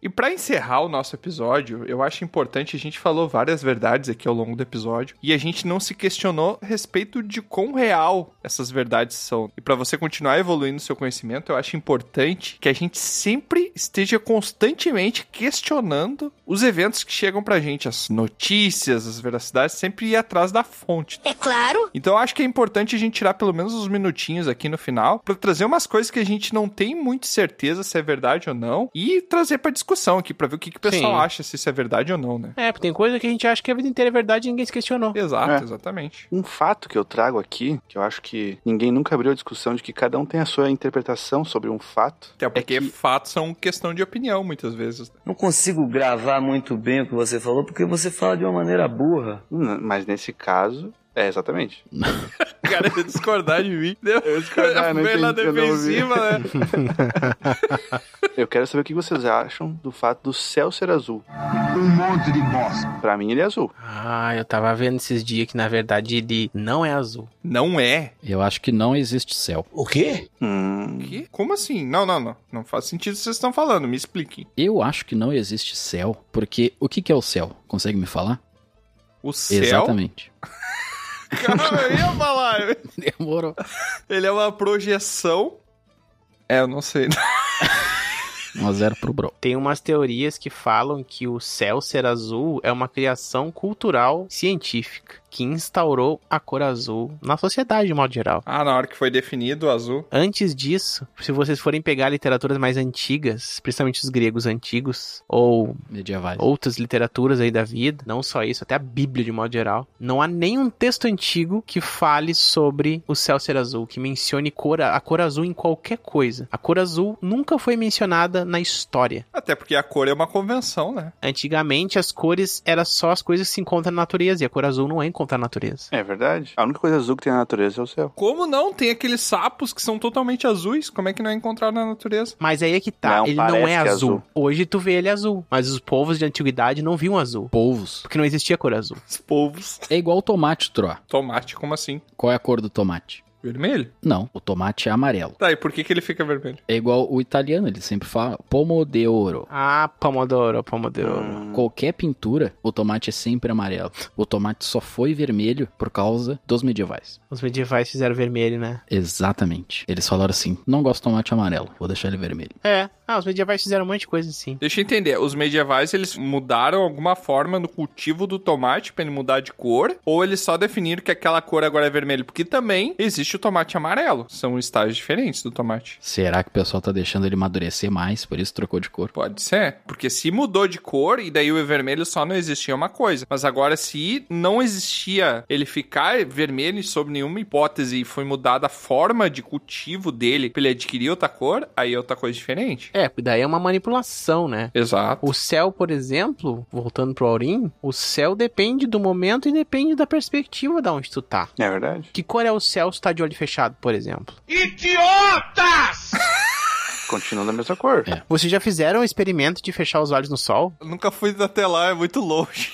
Speaker 1: E pra encerrar o nosso episódio, eu acho importante a gente falou várias verdades aqui ao longo do episódio e a gente não se questionou a respeito de quão real essas verdades são. E pra você continuar evoluindo seu conhecimento, eu acho importante que a gente sempre esteja constantemente questionando os eventos que chegam pra gente, as notícias, as veracidades, sempre ir atrás da fonte.
Speaker 15: É claro.
Speaker 1: Então eu acho que é importante a gente tirar pelo menos uns minutinhos aqui no final pra trazer umas coisas que a gente não tem muito certeza se é verdade ou não e trazer pra discussão aqui pra ver o que, que o pessoal
Speaker 3: Sim.
Speaker 1: acha se isso é verdade ou não, né?
Speaker 3: É, porque tem coisa que a gente acha que a vida inteira é verdade e ninguém se questionou.
Speaker 1: Exato,
Speaker 11: É.
Speaker 1: exatamente.
Speaker 11: Um fato que eu trago aqui, que eu acho que ninguém nunca abriu a discussão de que cada um tem a sua interpretação sobre um fato.
Speaker 1: Até porque fatos são questão de opinião muitas vezes. né?
Speaker 18: Não consigo gravar muito bem o que você falou porque você fala de uma maneira burra.
Speaker 11: Hum, Mas nesse caso. É, exatamente.
Speaker 1: Cara, ia discordar de mim. Deu... Eu
Speaker 11: discordar, não
Speaker 1: na
Speaker 11: entendi, eu não ouvi.
Speaker 1: defensiva, né?
Speaker 11: Eu quero saber o que vocês acham do fato do céu ser azul.
Speaker 7: Um monte de bosta.
Speaker 11: Pra mim, ele é azul.
Speaker 3: Ah, eu tava vendo esses dias que na verdade ele não é azul.
Speaker 1: Não é.
Speaker 5: Eu acho que não existe céu.
Speaker 9: O quê?
Speaker 11: Hum.
Speaker 1: Que? Como assim? Não, não, não. Não faz sentido o que vocês estão falando. Me expliquem.
Speaker 5: Eu acho que não existe céu, porque o que, que é o céu? Consegue me falar?
Speaker 1: O céu.
Speaker 5: Exatamente.
Speaker 1: Cara, eu ia falar.
Speaker 5: Demorou.
Speaker 1: Ele é uma projeção. É, eu não sei.
Speaker 5: 1x0 pro Bro.
Speaker 3: Tem umas teorias que falam que o céu ser azul é uma criação cultural científica que instaurou a cor azul na sociedade de modo geral.
Speaker 1: Ah, na hora que foi definido o azul.
Speaker 3: Antes disso, se vocês forem pegar literaturas mais antigas, principalmente os gregos antigos ou
Speaker 5: Medievais.
Speaker 3: outras literaturas aí da vida, não só isso, até a Bíblia de modo geral, não há nenhum texto antigo que fale sobre o céu ser azul, que mencione cor, a cor azul em qualquer coisa. A cor azul nunca foi mencionada na história.
Speaker 1: Até porque a cor é uma convenção, né?
Speaker 3: Antigamente as cores eram só as coisas que se encontram na natureza, e a cor azul não é encontrar na natureza.
Speaker 11: É verdade. A única coisa azul que tem na natureza é o céu.
Speaker 1: Como não? Tem aqueles sapos que são totalmente azuis. Como é que não é encontrado na natureza?
Speaker 3: Mas aí é que tá,
Speaker 11: Não,
Speaker 3: ele
Speaker 11: parece
Speaker 3: não é
Speaker 11: que é
Speaker 3: azul.
Speaker 11: azul.
Speaker 3: Hoje tu vê ele azul, mas os povos de antiguidade não viam azul,
Speaker 5: Polvos.
Speaker 3: porque não existia cor azul.
Speaker 1: Os povos.
Speaker 5: É igual o tomate, Troa.
Speaker 1: Tomate, como assim?
Speaker 5: Qual é a cor do tomate?
Speaker 1: Vermelho?
Speaker 5: Não, o tomate é amarelo.
Speaker 1: Tá, e por que, que ele fica vermelho?
Speaker 5: É igual o italiano, ele sempre fala pomo de ouro.
Speaker 3: Ah, pomodoro, pomodoro.
Speaker 11: Hum.
Speaker 5: Qualquer pintura, o tomate é sempre amarelo. O tomate só foi vermelho por causa dos medievais.
Speaker 3: Os medievais fizeram vermelho, né?
Speaker 5: Exatamente. Eles falaram assim: não gosto de tomate amarelo, vou deixar ele vermelho.
Speaker 3: É. Ah, os medievais fizeram um monte de coisa assim.
Speaker 1: Deixa eu entender. Os medievais, eles mudaram alguma forma no cultivo do tomate pra ele mudar de cor? Ou eles só definiram que aquela cor agora é vermelho? Porque também existe o tomate amarelo. São estágios diferentes do tomate.
Speaker 5: Será que o pessoal tá deixando ele amadurecer mais, por isso trocou de cor?
Speaker 1: Pode ser. Porque se mudou de cor, e daí o vermelho só não existia uma coisa. Mas agora, se não existia ele ficar vermelho sob nenhuma hipótese e foi mudada a forma de cultivo dele pra ele adquirir outra cor, aí é outra coisa diferente.
Speaker 3: É, porque daí é uma manipulação, né?
Speaker 1: Exato.
Speaker 3: O céu, por exemplo, voltando pro Aurim, o céu depende do momento e depende da perspectiva da onde tu tá.
Speaker 11: É verdade.
Speaker 3: Que cor é o céu se tá de olho fechado, por exemplo?
Speaker 10: Idiotas!
Speaker 11: Continua da mesma cor.
Speaker 5: É.
Speaker 3: Vocês já fizeram o experimento de fechar os olhos no sol?
Speaker 1: Eu nunca fui até lá, é muito longe.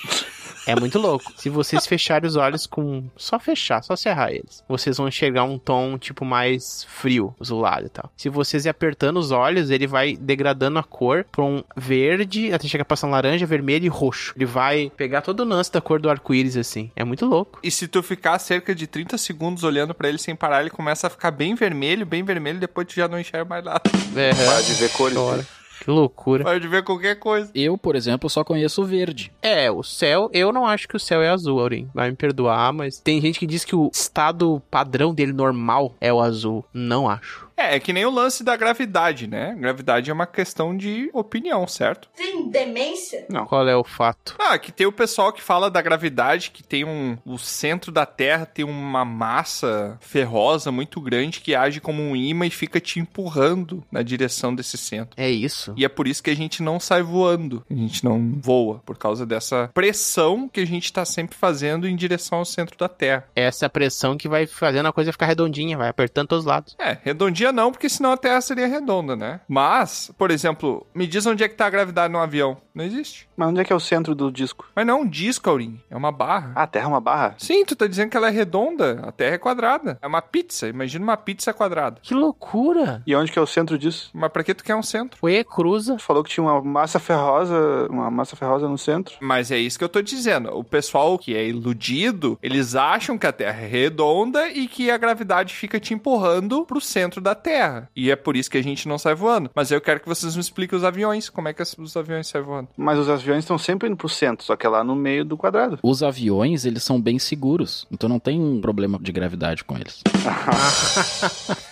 Speaker 3: É muito louco. Se vocês fecharem os olhos com. Só fechar, só cerrar eles. Vocês vão enxergar um tom, tipo, mais frio, azulado e tal. Se vocês ir apertando os olhos, ele vai degradando a cor pra um verde, até chegar a passar um laranja, vermelho e roxo. Ele vai pegar todo o lance da cor do arco-íris, assim. É muito louco.
Speaker 1: E se tu ficar cerca de 30 segundos olhando pra ele sem parar, ele começa a ficar bem vermelho, bem vermelho, depois tu já não enxerga mais nada.
Speaker 3: É.
Speaker 11: Para de ver cores.
Speaker 3: Chora. Que loucura.
Speaker 1: Pode ver qualquer coisa.
Speaker 5: Eu, por exemplo, só conheço o verde.
Speaker 3: É, o céu, eu não acho que o céu é azul, Aurim. Vai me perdoar, mas tem gente que diz que o estado padrão dele normal é o azul. Não acho.
Speaker 1: É, é que nem o lance da gravidade, né? Gravidade é uma questão de opinião, certo?
Speaker 19: Tem demência?
Speaker 3: Não. Qual é o fato?
Speaker 1: Ah, que tem o pessoal que fala da gravidade, que tem um. O centro da Terra tem uma massa ferrosa muito grande que age como um imã e fica te empurrando na direção desse centro.
Speaker 3: É isso.
Speaker 1: E é por isso que a gente não sai voando. A gente não voa, por causa dessa pressão que a gente tá sempre fazendo em direção ao centro da Terra.
Speaker 3: Essa é pressão que vai fazendo a coisa ficar redondinha, vai apertando todos os lados.
Speaker 1: É, redondinha não, porque senão a Terra seria redonda, né? Mas, por exemplo, me diz onde é que tá a gravidade num avião. Não existe.
Speaker 11: Mas onde é que é o centro do disco?
Speaker 1: Mas não é um disco, Aurim. É uma barra.
Speaker 11: Ah, a Terra é uma barra?
Speaker 1: Sim, tu tá dizendo que ela é redonda. A Terra é quadrada. É uma pizza. Imagina uma pizza quadrada.
Speaker 3: Que loucura!
Speaker 11: E onde que é o centro disso?
Speaker 1: Mas pra que tu quer um centro?
Speaker 3: Ué, cruza.
Speaker 11: Tu falou que tinha uma massa ferrosa, uma massa ferrosa no centro.
Speaker 1: Mas é isso que eu tô dizendo. O pessoal que é iludido, eles acham que a Terra é redonda e que a gravidade fica te empurrando pro centro da Terra. E é por isso que a gente não sai voando. Mas eu quero que vocês me expliquem os aviões. Como é que os aviões saem voando?
Speaker 11: Mas os aviões estão sempre indo pro centro, só que é lá no meio do quadrado.
Speaker 5: Os aviões, eles são bem seguros. Então não tem um problema de gravidade com eles.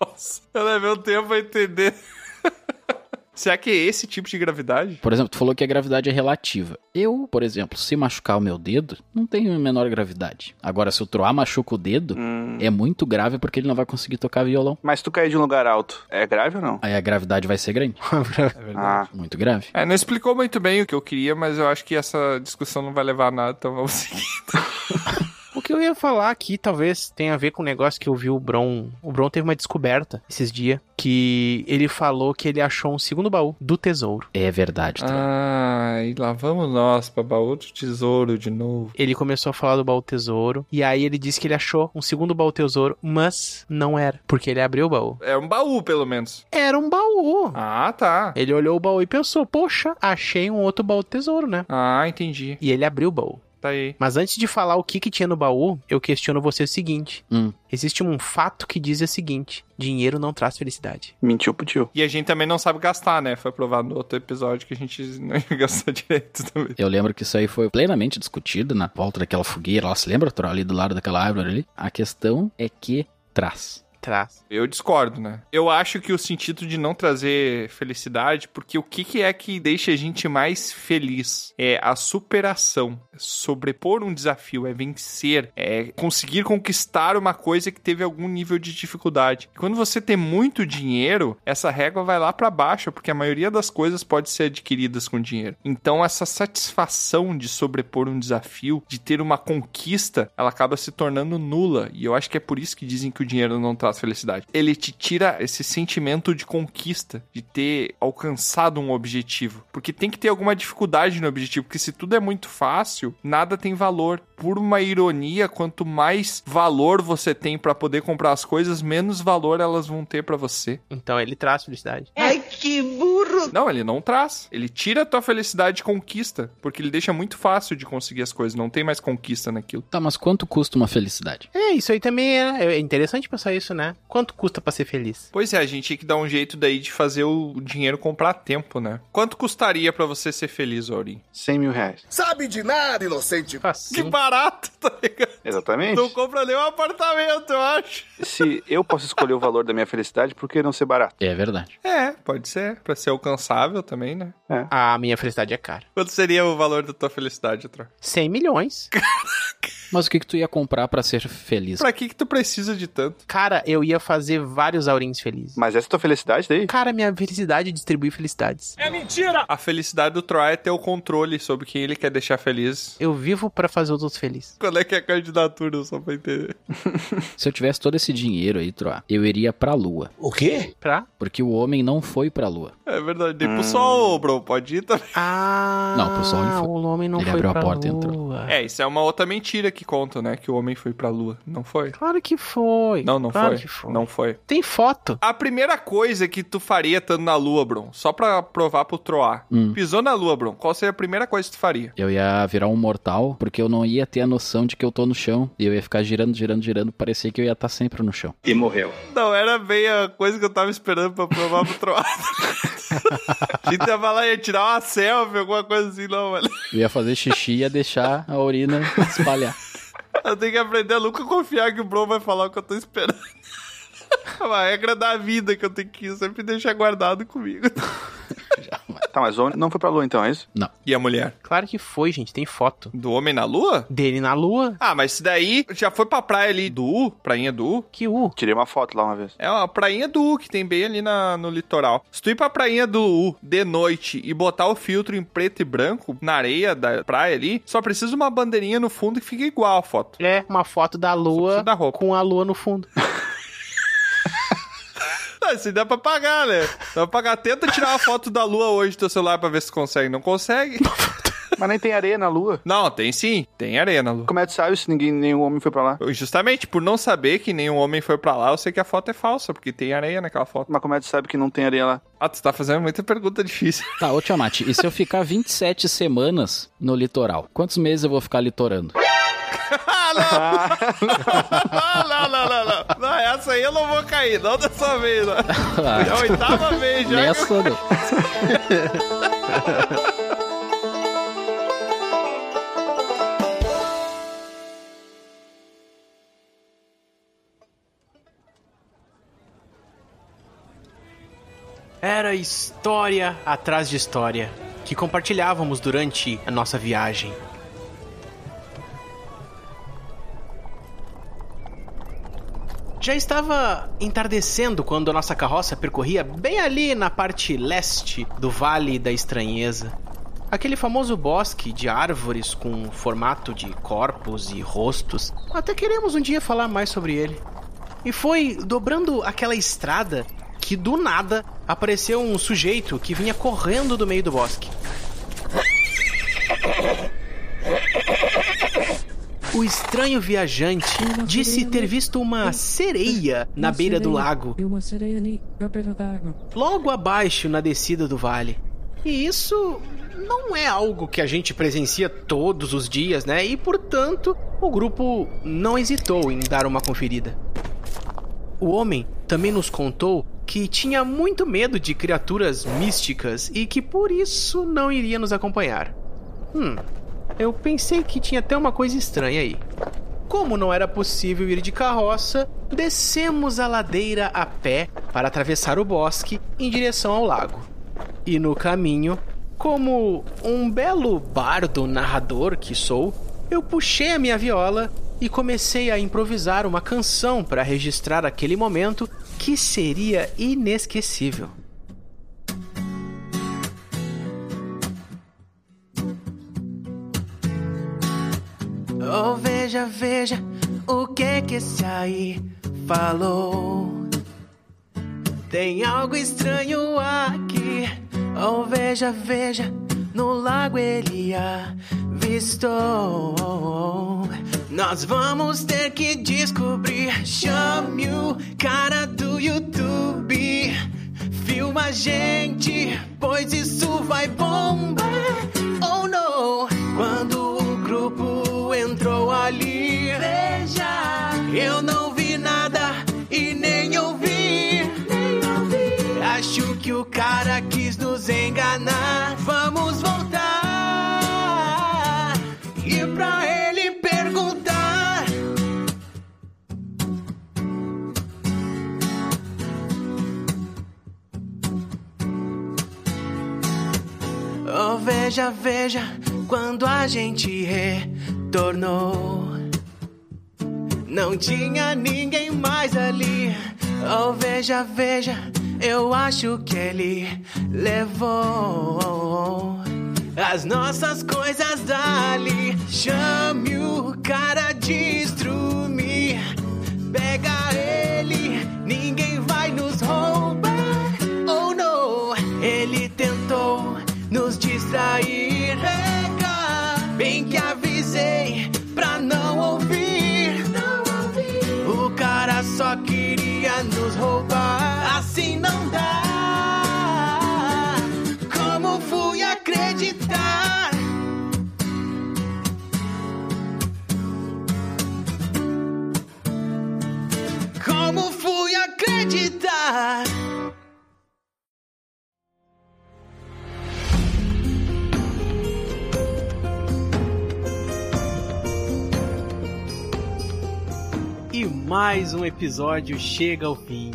Speaker 1: Nossa, eu levei um tempo a entender. Será que é esse tipo de gravidade?
Speaker 5: Por exemplo, tu falou que a gravidade é relativa. Eu, por exemplo, se machucar o meu dedo, não tenho a menor gravidade. Agora, se o Troá machuca o dedo, hum. é muito grave porque ele não vai conseguir tocar violão.
Speaker 11: Mas tu cair de um lugar alto, é grave ou não?
Speaker 5: Aí a gravidade vai ser grande.
Speaker 1: é verdade.
Speaker 5: Ah. Muito grave.
Speaker 1: É, não explicou muito bem o que eu queria, mas eu acho que essa discussão não vai levar a nada, então vamos seguir.
Speaker 3: O que eu ia falar aqui talvez tenha a ver com o um negócio que eu vi o Bron. O Bron teve uma descoberta esses dias que ele falou que ele achou um segundo baú do tesouro.
Speaker 5: É verdade.
Speaker 1: Tá? Ah, e lá vamos nós pra baú do tesouro de novo.
Speaker 3: Ele começou a falar do baú tesouro e aí ele disse que ele achou um segundo baú tesouro, mas não era, porque ele abriu o baú.
Speaker 1: Era um baú, pelo menos.
Speaker 3: Era um baú.
Speaker 1: Ah, tá.
Speaker 3: Ele olhou o baú e pensou: "Poxa, achei um outro baú do tesouro, né?"
Speaker 1: Ah, entendi.
Speaker 3: E ele abriu o baú.
Speaker 1: Tá aí.
Speaker 3: Mas antes de falar o que, que tinha no baú, eu questiono você o seguinte:
Speaker 5: hum.
Speaker 3: existe um fato que diz o seguinte: dinheiro não traz felicidade.
Speaker 11: Mentiu pro tio.
Speaker 1: E a gente também não sabe gastar, né? Foi provado no outro episódio que a gente não gastou direito também.
Speaker 5: Eu lembro que isso aí foi plenamente discutido na volta daquela fogueira. Lá se lembra, Tro, ali do lado daquela árvore ali? A questão é que traz.
Speaker 3: Traz.
Speaker 1: Eu discordo, né? Eu acho que o sentido de não trazer felicidade, porque o que, que é que deixa a gente mais feliz? É a superação, sobrepor um desafio, é vencer, é conseguir conquistar uma coisa que teve algum nível de dificuldade. Quando você tem muito dinheiro, essa régua vai lá para baixo, porque a maioria das coisas pode ser adquiridas com dinheiro. Então essa satisfação de sobrepor um desafio, de ter uma conquista, ela acaba se tornando nula. E eu acho que é por isso que dizem que o dinheiro não traz felicidade. Ele te tira esse sentimento de conquista, de ter alcançado um objetivo, porque tem que ter alguma dificuldade no objetivo, porque se tudo é muito fácil nada tem valor. Por uma ironia, quanto mais valor você tem para poder comprar as coisas, menos valor elas vão ter para você.
Speaker 3: Então ele traz felicidade.
Speaker 19: Ai, que burro!
Speaker 1: Não, ele não traz. Ele tira a tua felicidade de conquista, porque ele deixa muito fácil de conseguir as coisas, não tem mais conquista naquilo.
Speaker 5: Tá, mas quanto custa uma felicidade?
Speaker 3: É, isso aí também é, é interessante pensar isso, né? Quanto custa para ser feliz?
Speaker 1: Pois é, a gente tem que dar um jeito daí de fazer o dinheiro comprar tempo, né? Quanto custaria para você ser feliz, Aurim?
Speaker 11: 100 mil reais.
Speaker 7: Sabe de nada!
Speaker 3: Tipo
Speaker 7: inocente.
Speaker 1: Assim.
Speaker 3: Hum.
Speaker 1: Que barato, tá ligado?
Speaker 11: Exatamente.
Speaker 1: Não compra nem um apartamento, eu acho.
Speaker 11: Se eu posso escolher o valor da minha felicidade, por que não ser barato?
Speaker 5: É verdade.
Speaker 1: É, pode ser. Pra ser alcançável também, né?
Speaker 3: É. A minha felicidade é cara.
Speaker 1: Quanto seria o valor da tua felicidade, Tro?
Speaker 3: 100 milhões.
Speaker 1: Caraca.
Speaker 5: Mas o que que tu ia comprar para ser feliz?
Speaker 1: Pra que que tu precisa de tanto?
Speaker 3: Cara, eu ia fazer vários aurins felizes.
Speaker 11: Mas essa é a tua felicidade daí?
Speaker 3: Cara, minha felicidade é distribuir felicidades.
Speaker 1: É mentira! A felicidade do Troy é ter o controle sobre quem ele quer deixar feliz.
Speaker 3: Eu vivo para fazer os outros felizes.
Speaker 1: Quando é que é a candidatura, só pra entender?
Speaker 5: Se eu tivesse todo esse dinheiro aí, Troy, eu iria pra lua.
Speaker 3: O quê? Pra?
Speaker 5: Porque o homem não foi pra lua.
Speaker 1: É verdade. Nem hum. pro sol, bro. Pode ir também.
Speaker 3: Ah!
Speaker 5: Não, pro sol ele foi.
Speaker 3: O homem não
Speaker 5: ele
Speaker 3: foi
Speaker 5: abriu
Speaker 3: pra
Speaker 5: a porta
Speaker 3: lua.
Speaker 5: e entrou.
Speaker 1: É, isso é uma outra mentira que que conta, né? Que o homem foi pra lua. Não foi?
Speaker 3: Claro que foi.
Speaker 1: Não, não
Speaker 3: claro
Speaker 1: foi.
Speaker 3: que foi.
Speaker 1: Não foi.
Speaker 3: Tem foto.
Speaker 1: A primeira coisa que tu faria estando na lua, Bron, só pra provar pro Troar.
Speaker 5: Hum.
Speaker 1: Pisou na lua, Bron. Qual seria a primeira coisa que tu faria?
Speaker 5: Eu ia virar um mortal, porque eu não ia ter a noção de que eu tô no chão. E eu ia ficar girando, girando, girando. Parecia que eu ia estar sempre no chão.
Speaker 1: E morreu. Não, era bem a coisa que eu tava esperando pra provar pro Troar. a gente ia falar, ia tirar uma selfie, alguma coisa assim, não, mano.
Speaker 5: Eu ia fazer xixi e ia deixar a urina espalhar.
Speaker 1: Eu tenho que aprender a nunca confiar que o Bron vai falar o que eu tô esperando. É uma regra da vida que eu tenho que sempre deixar guardado comigo.
Speaker 11: Tá, mas o homem não foi pra lua então, é isso?
Speaker 5: Não.
Speaker 1: E a mulher?
Speaker 3: Claro que foi, gente. Tem foto.
Speaker 1: Do homem na lua?
Speaker 3: Dele na lua?
Speaker 1: Ah, mas isso daí já foi pra praia ali do U, prainha do U.
Speaker 3: Que uh, U?
Speaker 11: Tirei uma foto lá uma vez.
Speaker 1: É uma prainha do U que tem bem ali na, no litoral. Se tu ir pra prainha do U de noite e botar o filtro em preto e branco na areia da praia ali, só precisa uma bandeirinha no fundo que fica igual a foto.
Speaker 3: É, uma foto da
Speaker 1: precisa
Speaker 3: lua
Speaker 1: da roupa.
Speaker 3: com a lua no fundo.
Speaker 1: Ah, Isso dá pra pagar, né? Dá pra pagar. Tenta tirar uma foto da lua hoje do teu celular pra ver se consegue. Não consegue?
Speaker 11: Mas nem tem areia na lua.
Speaker 1: Não, tem sim. Tem areia na lua.
Speaker 11: Como é que tu sabe se ninguém, nenhum homem foi pra lá?
Speaker 1: Justamente por não saber que nenhum homem foi pra lá, eu sei que a foto é falsa, porque tem areia naquela foto.
Speaker 11: Mas como é que tu sabe que não tem areia lá?
Speaker 1: Ah, tu tá fazendo muita pergunta difícil.
Speaker 5: Tá, ô Tiamat, e se eu ficar 27 semanas no litoral? Quantos meses eu vou ficar litorando?
Speaker 1: Ah, não, não, não, não, não, não. Não, essa aí eu não vou cair, não dessa vez. Não. É a oitava vez já. que eu-
Speaker 5: Nessa não.
Speaker 3: Era história atrás de história que compartilhávamos durante a nossa viagem. Já estava entardecendo quando a nossa carroça percorria bem ali na parte leste do Vale da Estranheza. Aquele famoso bosque de árvores com formato de corpos e rostos. Até queremos um dia falar mais sobre ele. E foi dobrando aquela estrada que do nada apareceu um sujeito que vinha correndo do meio do bosque. O estranho viajante disse ter visto uma sereia na beira do lago, logo abaixo na descida do vale. E isso não é algo que a gente presencia todos os dias, né? E portanto, o grupo não hesitou em dar uma conferida. O homem também nos contou que tinha muito medo de criaturas místicas e que por isso não iria nos acompanhar. Hum, eu pensei que tinha até uma coisa estranha aí. Como não era possível ir de carroça, descemos a ladeira a pé para atravessar o bosque em direção ao lago. E no caminho, como um belo bardo narrador que sou, eu puxei a minha viola e comecei a improvisar uma canção para registrar aquele momento que seria inesquecível. Oh, veja, veja o que que esse aí falou. Tem algo estranho aqui. Oh, veja, veja, no lago ele avistou. Nós vamos ter que descobrir. Chame o cara do YouTube. Filma a gente, pois isso vai bombar. Oh, não. Quando o grupo entrou ali, veja, eu não vi nada e nem ouvi. Acho que o cara quis nos enganar. Vamos voltar e pra ele perguntar. Oh, veja, veja, quando a gente retornou. Não tinha ninguém mais ali. Oh, veja, veja, eu acho que ele levou as nossas coisas dali. Chame o cara de estrume. Pega ele, ninguém vai nos roubar. Oh, não, ele tentou nos distrair. Rega, bem que avisei pra não ouvir.
Speaker 20: só queria nos roubar. Assim não dá. Como fui acreditar? Como fui acreditar?
Speaker 3: E mais um episódio chega ao fim.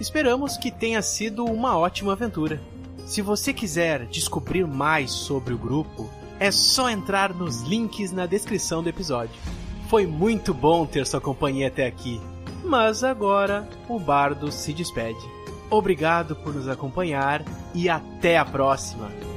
Speaker 3: Esperamos que tenha sido uma ótima aventura. Se você quiser descobrir mais sobre o grupo, é só entrar nos links na descrição do episódio. Foi muito bom ter sua companhia até aqui, mas agora o bardo se despede. Obrigado por nos acompanhar e até a próxima!